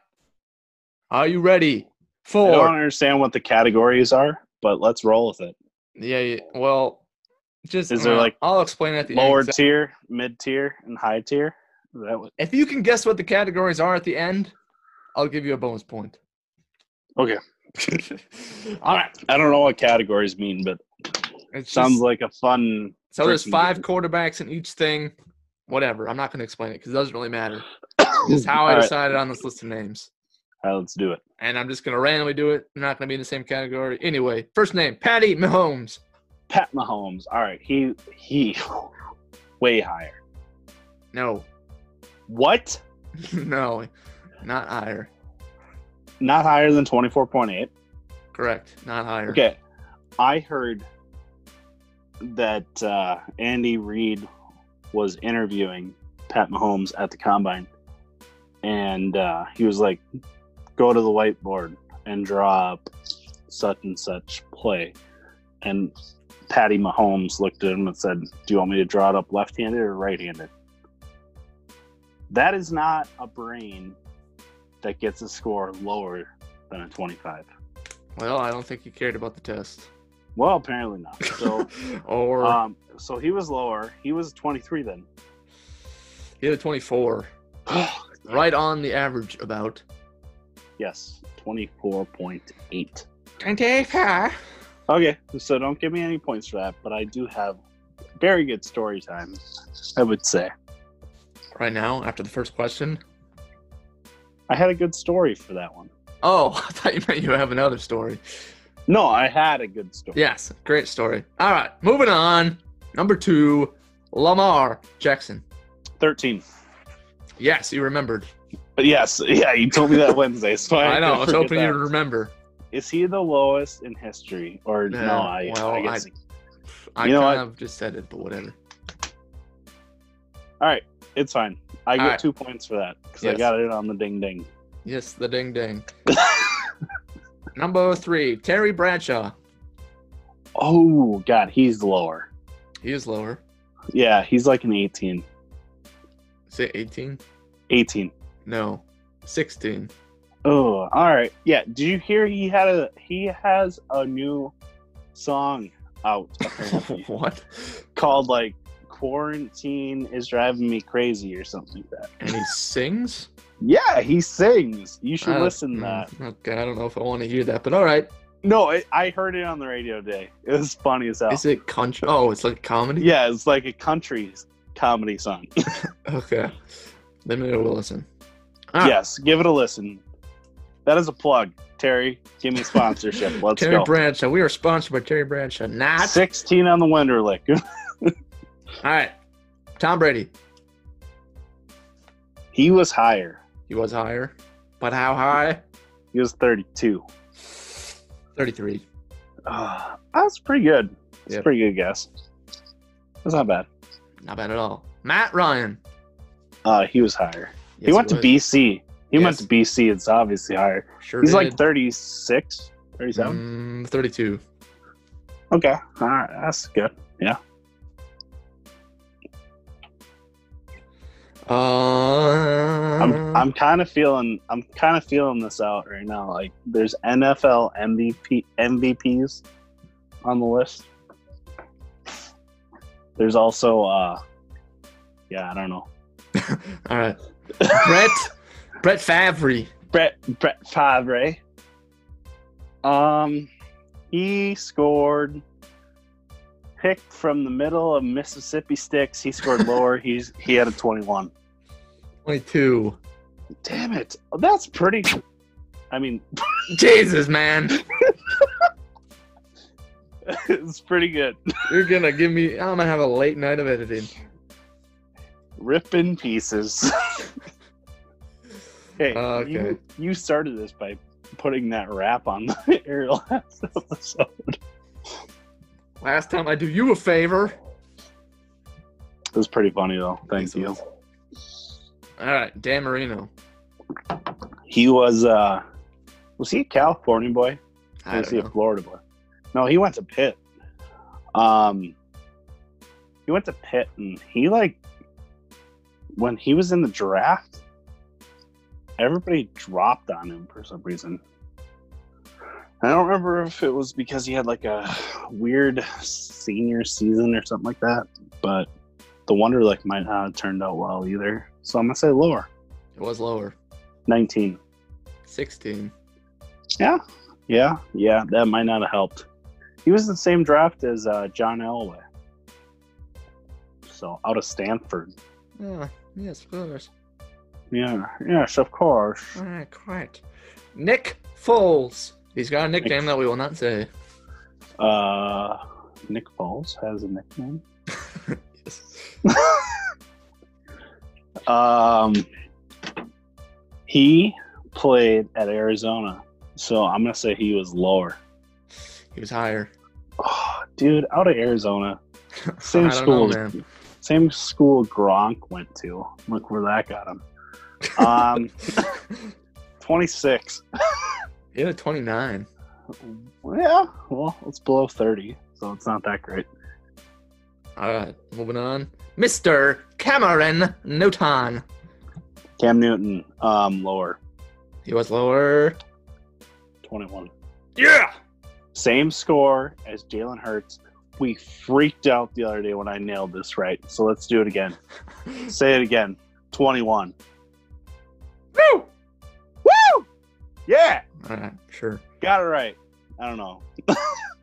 Speaker 2: Are you ready
Speaker 1: I
Speaker 2: for
Speaker 1: don't understand what the categories are, but let's roll with it.
Speaker 2: Yeah, yeah. Well, just
Speaker 1: Is there,
Speaker 2: well,
Speaker 1: like,
Speaker 2: I'll explain at the
Speaker 1: Lower
Speaker 2: end. 'cause
Speaker 1: tier, mid tier, and high tier. Is that what?
Speaker 2: If you can guess what the categories are at the end, I'll give you a bonus point.
Speaker 1: Okay.
Speaker 2: All right.
Speaker 1: I don't know what categories mean, but
Speaker 2: It's
Speaker 1: sounds
Speaker 2: just-
Speaker 1: like a fun.
Speaker 2: so there's
Speaker 1: freaking
Speaker 2: five
Speaker 1: game.
Speaker 2: quarterbacks in each thing. Whatever. I'm not going to explain it because it doesn't really matter. Just how I
Speaker 1: All right.
Speaker 2: decided on this list of names.
Speaker 1: All right, let's do it.
Speaker 2: And I'm just going to randomly do it. They're not going to be in the same category. Anyway, first name Patty Mahomes.
Speaker 1: Pat Mahomes. All right, he he, way higher.
Speaker 2: No,
Speaker 1: What?
Speaker 2: no, not higher.
Speaker 1: Not higher than twenty four point eight.
Speaker 2: Correct. Not higher.
Speaker 1: Okay, I heard that uh, Andy Reid was interviewing Pat Mahomes at the combine, and uh, he was like, "Go to the whiteboard and draw up such and such play," and Patty Mahomes looked at him and said, "Do you want me to draw it up left-handed or right-handed?" That is not a brain that gets a score lower than a twenty-five.
Speaker 2: Well, I don't think he cared about the test.
Speaker 1: Well, apparently not. So,
Speaker 2: or
Speaker 1: um, so he was lower. He was 23 then.
Speaker 2: he had a 24. right on the average about.
Speaker 1: yes, 24.8.
Speaker 2: Twenty-four.
Speaker 1: Okay, so don't give me any points for that, but I do have very good story time. I would say
Speaker 2: Right now, after the first question.
Speaker 1: I had a good story for that one.
Speaker 2: Oh, I thought you meant you have another story.
Speaker 1: No, I had a good story.
Speaker 2: Yes, great story. All right, moving on. Number two, Lamar Jackson.
Speaker 1: 13.
Speaker 2: Yes, you remembered.
Speaker 1: But yes, yeah, you told me that Wednesday, so I,
Speaker 2: I know. I was
Speaker 1: forget
Speaker 2: hoping
Speaker 1: that.
Speaker 2: you'd remember.
Speaker 1: Is he the lowest in history, or
Speaker 2: Yeah,
Speaker 1: no? I,
Speaker 2: well,
Speaker 1: I guess.
Speaker 2: I- I
Speaker 1: You know
Speaker 2: kind
Speaker 1: what?
Speaker 2: of just said it, but whatever.
Speaker 1: All right, it's fine. I get
Speaker 2: All right.
Speaker 1: two points for that because
Speaker 2: Yes.
Speaker 1: I got it on the ding ding.
Speaker 2: Yes, the ding ding. Number three, Terry Bradshaw.
Speaker 1: Oh God, he's lower.
Speaker 2: He is lower.
Speaker 1: Yeah, he's like an 18.
Speaker 2: Is it 18?
Speaker 1: 18.
Speaker 2: No, 16.
Speaker 1: Oh, all right. Yeah. Did you hear he had a he has a new song out apparently,
Speaker 2: what?
Speaker 1: called like "Quarantine is Driving Me Crazy" or something like that.
Speaker 2: And he sings?
Speaker 1: Yeah, he sings. You should
Speaker 2: I-
Speaker 1: listen to
Speaker 2: mm,
Speaker 1: that.
Speaker 2: Okay, I don't know if I want to hear that, but all right.
Speaker 1: No, I, I heard it on the radio today. It was funny as hell.
Speaker 2: Is it country? Oh, it's like comedy.
Speaker 1: yeah, it's like a country comedy song.
Speaker 2: Okay. Then maybe we'll listen. Ah.
Speaker 1: yes, give it a listen. That is a plug. Terry, give me sponsorship. Let's
Speaker 2: Terry
Speaker 1: go.
Speaker 2: Bradshaw. We are sponsored by Terry Bradshaw. Not
Speaker 1: 16 on the Wonderlick.
Speaker 2: all right. Tom Brady.
Speaker 1: he was higher.
Speaker 2: He was higher, but how high?
Speaker 1: He was 32.
Speaker 2: Thirty-three.
Speaker 1: Uh, that's pretty good. That's
Speaker 2: Yeah.
Speaker 1: a pretty good guess. That's not bad.
Speaker 2: Not bad at all. Matt Ryan.
Speaker 1: Uh, he was higher.
Speaker 2: Yes,
Speaker 1: he went to
Speaker 2: was.
Speaker 1: BC. He went
Speaker 2: Yes.
Speaker 1: to BC. It's obviously higher.
Speaker 2: Sure
Speaker 1: He's
Speaker 2: did.
Speaker 1: like 36, 37.
Speaker 2: Mm, thirty-two.
Speaker 1: Okay. All right. That's good.
Speaker 2: Uh, Mm-hmm.
Speaker 1: I'm I'm kind of feeling I'm kind of feeling this out right now. Like there's NFL MVP MVPs on the list. There's also uh yeah, I don't know.
Speaker 2: all right. Brett. Brett Favre.
Speaker 1: Brett Brett Favre. Um he scored picked from the middle of Mississippi sticks. He scored lower. He's he had a 21.
Speaker 2: Twenty-two.
Speaker 1: Damn it. That's pretty I mean,
Speaker 2: Jesus, man.
Speaker 1: it's pretty good.
Speaker 2: You're gonna give me. I'm gonna have a late night of editing.
Speaker 1: Rip in pieces. hey,
Speaker 2: Okay.
Speaker 1: you, you started this by putting that rap on the air last episode.
Speaker 2: Last time I do you a favor.
Speaker 1: It was pretty funny though. Thank
Speaker 2: Yes, it
Speaker 1: you.
Speaker 2: was. All right, Dan Marino.
Speaker 1: He was uh was he a California boy? Or
Speaker 2: I
Speaker 1: was
Speaker 2: don't
Speaker 1: he a
Speaker 2: know.
Speaker 1: Florida boy? No, he went to Pitt. Um he went to Pitt and he like when he was in the draft, everybody dropped on him for some reason. I don't remember if it was because he had like a weird senior season or something like that, but the Wonderlick might not have turned out well either. So I'm gonna say lower.
Speaker 2: It was lower.
Speaker 1: Nineteen.
Speaker 2: 16.
Speaker 1: Yeah, yeah, yeah. That might not have helped. He was the same draft as uh, John Elway, so out of Stanford.
Speaker 2: Yeah, yes, of course.
Speaker 1: Yeah, yes, of course.
Speaker 2: All right, correct. Nick Foles. He's got a nickname that we will not say.
Speaker 1: Uh, Nick Foles has a nickname. Um, he played at Arizona, so I'm gonna say he was lower.
Speaker 2: He was higher.
Speaker 1: Oh, dude, out of Arizona,
Speaker 2: I
Speaker 1: same
Speaker 2: don't
Speaker 1: school,
Speaker 2: know, man.
Speaker 1: same school Gronk went to. Look where that got him. Um, twenty six.
Speaker 2: yeah, 29.
Speaker 1: Yeah, well, it's below 30, so it's not that great.
Speaker 2: All right, moving on. Mr. Cameron Newton.
Speaker 1: Cam Newton, um, lower,
Speaker 2: He was lower.
Speaker 1: 21.
Speaker 2: Yeah.
Speaker 1: Same score as Jalen Hurts. We freaked out the other day when I nailed this right, so let's do it again. Say it again 21.
Speaker 2: Woo!
Speaker 1: Woo! Yeah,
Speaker 2: All right, sure.
Speaker 1: got it right. I don't know.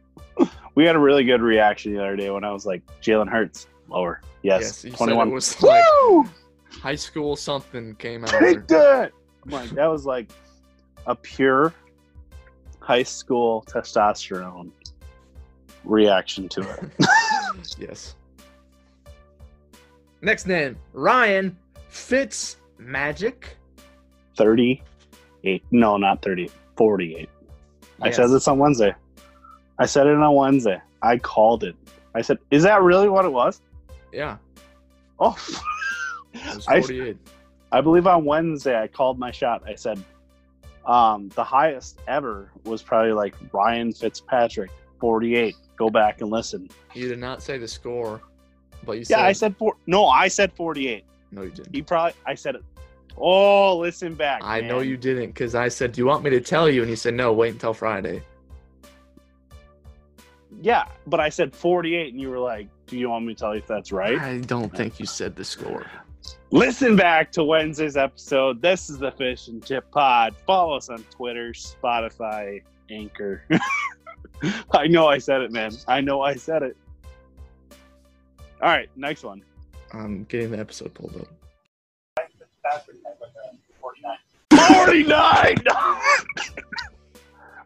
Speaker 1: we had a really good reaction the other day when I was like, Jalen Hurts, lower. Yes,
Speaker 2: you said it
Speaker 1: 21.
Speaker 2: was like
Speaker 1: Woo!
Speaker 2: high school something came out.
Speaker 1: Take that! I'm like, that was like a pure high school testosterone reaction to it.
Speaker 2: yes. Next name, Ryan Fitz Magic.
Speaker 1: 38. No, not 30. 48. I said this on Wednesday. I said it on Wednesday. I called it. I said, is that really what it was?
Speaker 2: Yeah,
Speaker 1: Oh,
Speaker 2: it was
Speaker 1: I,
Speaker 2: 48.
Speaker 1: I believe on Wednesday I called my shot. I said, um, the highest ever was probably like Ryan Fitzpatrick, 48. Go back and listen.
Speaker 2: You did not say the score, but you said.
Speaker 1: Yeah, I said four. No, I said forty-eight.
Speaker 2: No, you didn't.
Speaker 1: He probably. I said it. Oh, listen back.
Speaker 2: I
Speaker 1: man.
Speaker 2: know you didn't because I said, Do you want me to tell you? And you said, No, wait until Friday.
Speaker 1: Yeah, but I said forty-eight, and you were like, "Do you want me to tell you if that's right?"
Speaker 2: I don't think you said the score.
Speaker 1: Listen back to Wednesday's episode. This is the Fish and Chip Pod. Follow us on Twitter, Spotify, Anchor. I know I said it, man. I know I said it. All right, next one.
Speaker 2: I'm getting the episode pulled up.
Speaker 1: Forty-nine.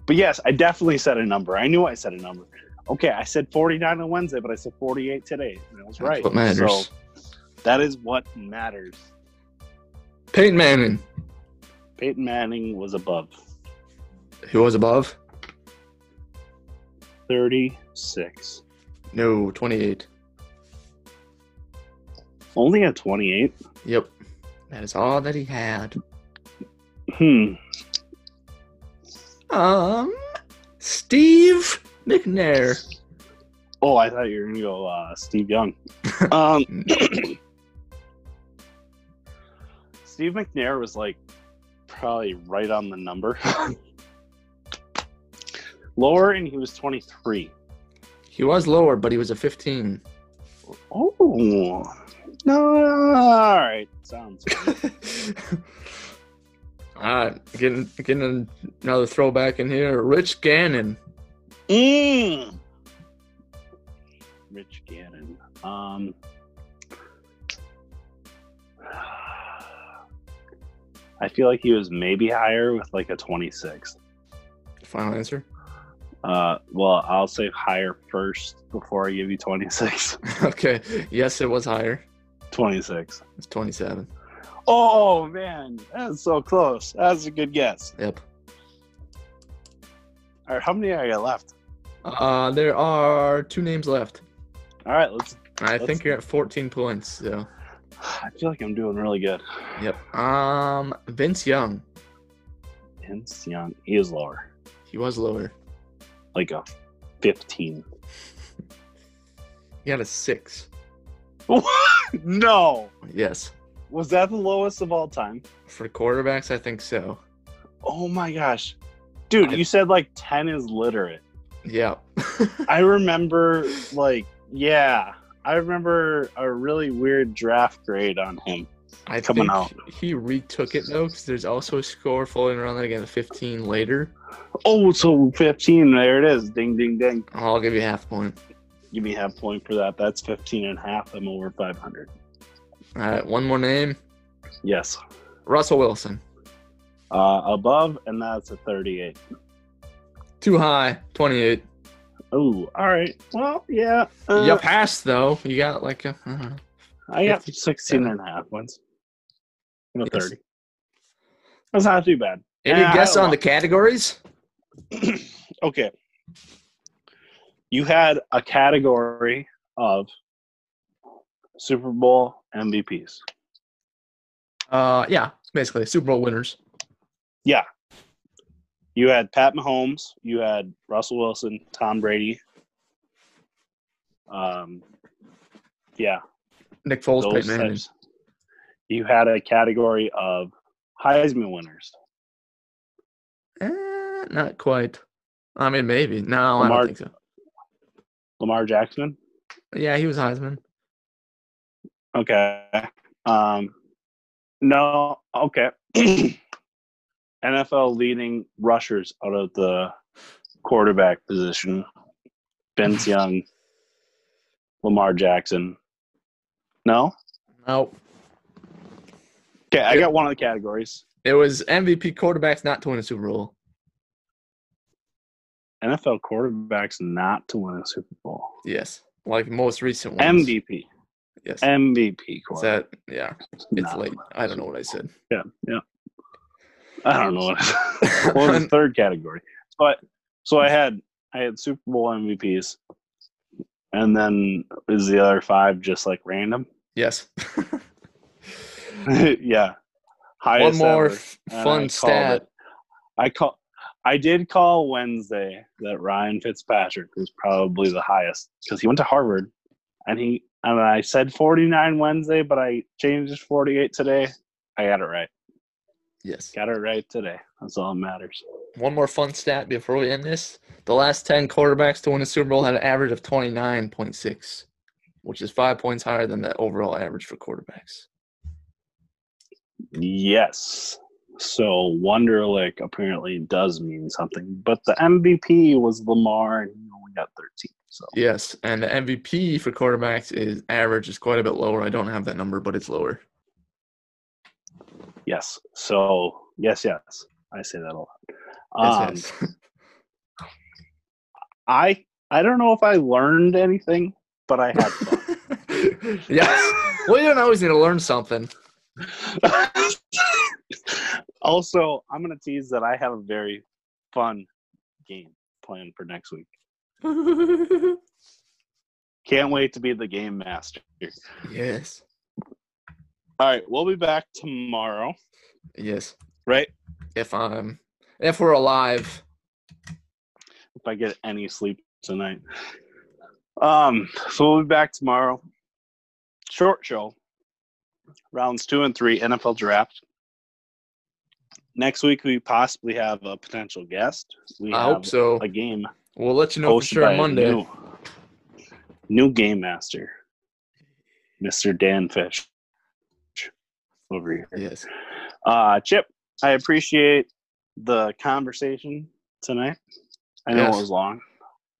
Speaker 1: But yes, I definitely said a number. I knew I said a number. Okay, I said 49 on Wednesday, but I said 48 today. And I was
Speaker 2: That's
Speaker 1: right.
Speaker 2: what matters.
Speaker 1: So that is what matters.
Speaker 2: Peyton Manning,
Speaker 1: Peyton Manning was above
Speaker 2: who was above?
Speaker 1: 36.
Speaker 2: No, 28.
Speaker 1: Only at 28.
Speaker 2: Yep. That is all that he had.
Speaker 1: Hmm.
Speaker 2: Um, Steve McNair.
Speaker 1: Oh, I thought you were going to go uh, Steve Young. Um, Steve McNair was like probably right on the number. Lower, and he was 23.
Speaker 2: He was lower, but he was a 15.
Speaker 1: Oh, no. All right. Sounds good.
Speaker 2: Ah, getting getting another throwback in here. Rich Gannon.
Speaker 1: Mm. Rich Gannon. Um, I feel like he was maybe higher with like a 26.
Speaker 2: Final answer.
Speaker 1: Uh, well, I'll say higher first before I give you 26.
Speaker 2: okay. Yes, it was higher.
Speaker 1: 26.
Speaker 2: It's 27.
Speaker 1: Oh, man. That's so close. That's a good guess.
Speaker 2: Yep.
Speaker 1: All right. How many I got left?
Speaker 2: Uh, there are two names left.
Speaker 1: All right. Let's.
Speaker 2: I
Speaker 1: That's-
Speaker 2: think you're at 14 points. So.
Speaker 1: I feel like I'm doing really good.
Speaker 2: Yep. Um, Vince Young.
Speaker 1: Vince Young. He is lower.
Speaker 2: He was lower.
Speaker 1: Like a 15.
Speaker 2: He had a six.
Speaker 1: no.
Speaker 2: Yes.
Speaker 1: Was that the lowest of all time?
Speaker 2: For quarterbacks, I think so.
Speaker 1: Oh my gosh. Dude,
Speaker 2: I-
Speaker 1: you said like 10 is literate.
Speaker 2: Yeah.
Speaker 1: I remember, like, yeah. I remember a really weird draft grade on him.
Speaker 2: I
Speaker 1: Coming
Speaker 2: think he retook it though, because there's also a score floating around that again, 15 later.
Speaker 1: Oh, so 15. There it is. Ding, ding, ding.
Speaker 2: I'll give you half point.
Speaker 1: Give me half point for that. That's 15 and a half. I'm over 500.
Speaker 2: All right, one more name,
Speaker 1: Yes.
Speaker 2: Russell Wilson.
Speaker 1: Uh, above, and that's a 38.
Speaker 2: Too high, 28.
Speaker 1: Oh, all right. Well, yeah. Uh,
Speaker 2: you passed though. You got like a. uh-huh. I don't know.
Speaker 1: I got
Speaker 2: 57.
Speaker 1: 16 and a half once. And a
Speaker 2: Yes.
Speaker 1: 30. That's not too bad.
Speaker 2: Any
Speaker 1: Yeah, I
Speaker 2: guess
Speaker 1: don't
Speaker 2: on the categories?
Speaker 1: okay. You had a category of Super Bowl MVPs.
Speaker 2: Uh, yeah, basically Super Bowl winners.
Speaker 1: You had Pat Mahomes, you had Russell Wilson, Tom Brady. Um, yeah,
Speaker 2: Nick Foles,
Speaker 1: those
Speaker 2: Peyton Manning.
Speaker 1: types. You had a category of Heisman winners.
Speaker 2: Eh, not quite. I mean, maybe. No, I
Speaker 1: Lamar-
Speaker 2: don't think so.
Speaker 1: Lamar Jackson.
Speaker 2: Yeah, he was Heisman.
Speaker 1: Okay. Um, no. Okay. NFL leading rushers out of the quarterback position: Vince Young, Lamar Jackson. No.
Speaker 2: No,
Speaker 1: Okay, I got one of the categories.
Speaker 2: it was MVP quarterbacks not to win a Super Bowl.
Speaker 1: NFL quarterbacks not to win a Super Bowl.
Speaker 2: Yes, like most recent ones.
Speaker 1: MVP.
Speaker 2: Yes.
Speaker 1: MVP
Speaker 2: Is
Speaker 1: quarterback.
Speaker 2: that yeah? It's
Speaker 1: Not
Speaker 2: late.
Speaker 1: win a
Speaker 2: I don't know what I said.
Speaker 1: Yeah, yeah. I don't know what, what was the third category, but so I had I had Super Bowl MVPs, and then is the other five just like random?
Speaker 2: yes.
Speaker 1: yeah,
Speaker 2: One
Speaker 1: highest
Speaker 2: more
Speaker 1: ever.
Speaker 2: f-
Speaker 1: And I
Speaker 2: fun
Speaker 1: called
Speaker 2: stat.
Speaker 1: it. I call I did call Wednesday that Ryan Fitzpatrick was probably the highest because he went to Harvard, and he and I said forty nine Wednesday, but I changed it to forty eight today. I got it right.
Speaker 2: Yes.
Speaker 1: Got it right today. That's all that matters.
Speaker 2: One more fun stat before we end this. The last ten quarterbacks to win a Super Bowl had an average of twenty nine point six, which is five points higher than the overall average for quarterbacks.
Speaker 1: Yes. So Wonderlick apparently does mean something, but the MVP was Lamar, and he only got 13. So
Speaker 2: Yes, and the MVP for quarterbacks is average is quite a bit lower. I don't have that number, but it's lower.
Speaker 1: yes. So yes, yes. I say that a lot. Um,
Speaker 2: Yes, yes.
Speaker 1: I I don't know if I learned anything, but I had fun.
Speaker 2: yes. Well, you don't always need to learn something.
Speaker 1: also, I'm gonna tease that I have a very fun game planned for next week. Can't wait to be the game master.
Speaker 2: Yes.
Speaker 1: All right, we'll be back tomorrow,
Speaker 2: Yes.
Speaker 1: right?
Speaker 2: If I'm, if we're alive.
Speaker 1: If I get any sleep tonight. Um, so we'll be back tomorrow. Short show. Rounds two and three, NFL draft. Next week we possibly have a potential guest. We
Speaker 2: I
Speaker 1: have
Speaker 2: hope so.
Speaker 1: a game
Speaker 2: We'll let you know for
Speaker 1: hosted
Speaker 2: sure
Speaker 1: by
Speaker 2: on
Speaker 1: a
Speaker 2: Monday.
Speaker 1: New, new game master, Mr. Dan Fish, over here.
Speaker 2: Yes.
Speaker 1: Uh, Chip, I appreciate the conversation tonight. I know
Speaker 2: Yes.
Speaker 1: it was long,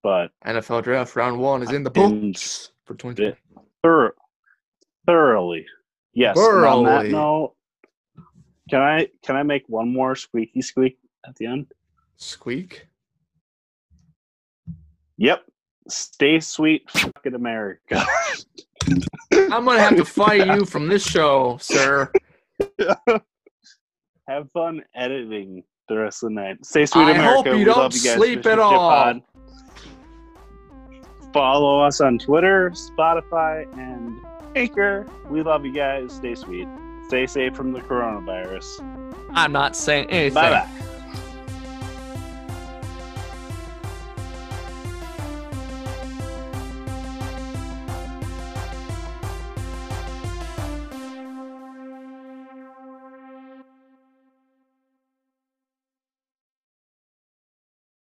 Speaker 1: but
Speaker 2: NFL draft round one is in the
Speaker 1: And-
Speaker 2: books for 2020.
Speaker 1: thor- thoroughly, yes. and On that
Speaker 2: Thoroughly.
Speaker 1: note, can I can I make one more squeaky squeak at the end?
Speaker 2: Squeak.
Speaker 1: Yep. Stay sweet, fucking America.
Speaker 2: I'm gonna have to fire you from this show, sir.
Speaker 1: Have fun editing the rest of the night. Stay sweet,
Speaker 2: I
Speaker 1: America.
Speaker 2: hope you
Speaker 1: we
Speaker 2: don't
Speaker 1: love you guys.
Speaker 2: sleep
Speaker 1: Mission
Speaker 2: at
Speaker 1: Chip
Speaker 2: all.
Speaker 1: Pod. Follow us on Twitter, Spotify, and Anchor. We love you guys. Stay sweet. Stay safe from the coronavirus.
Speaker 2: I'm not saying anything.
Speaker 1: Bye bye.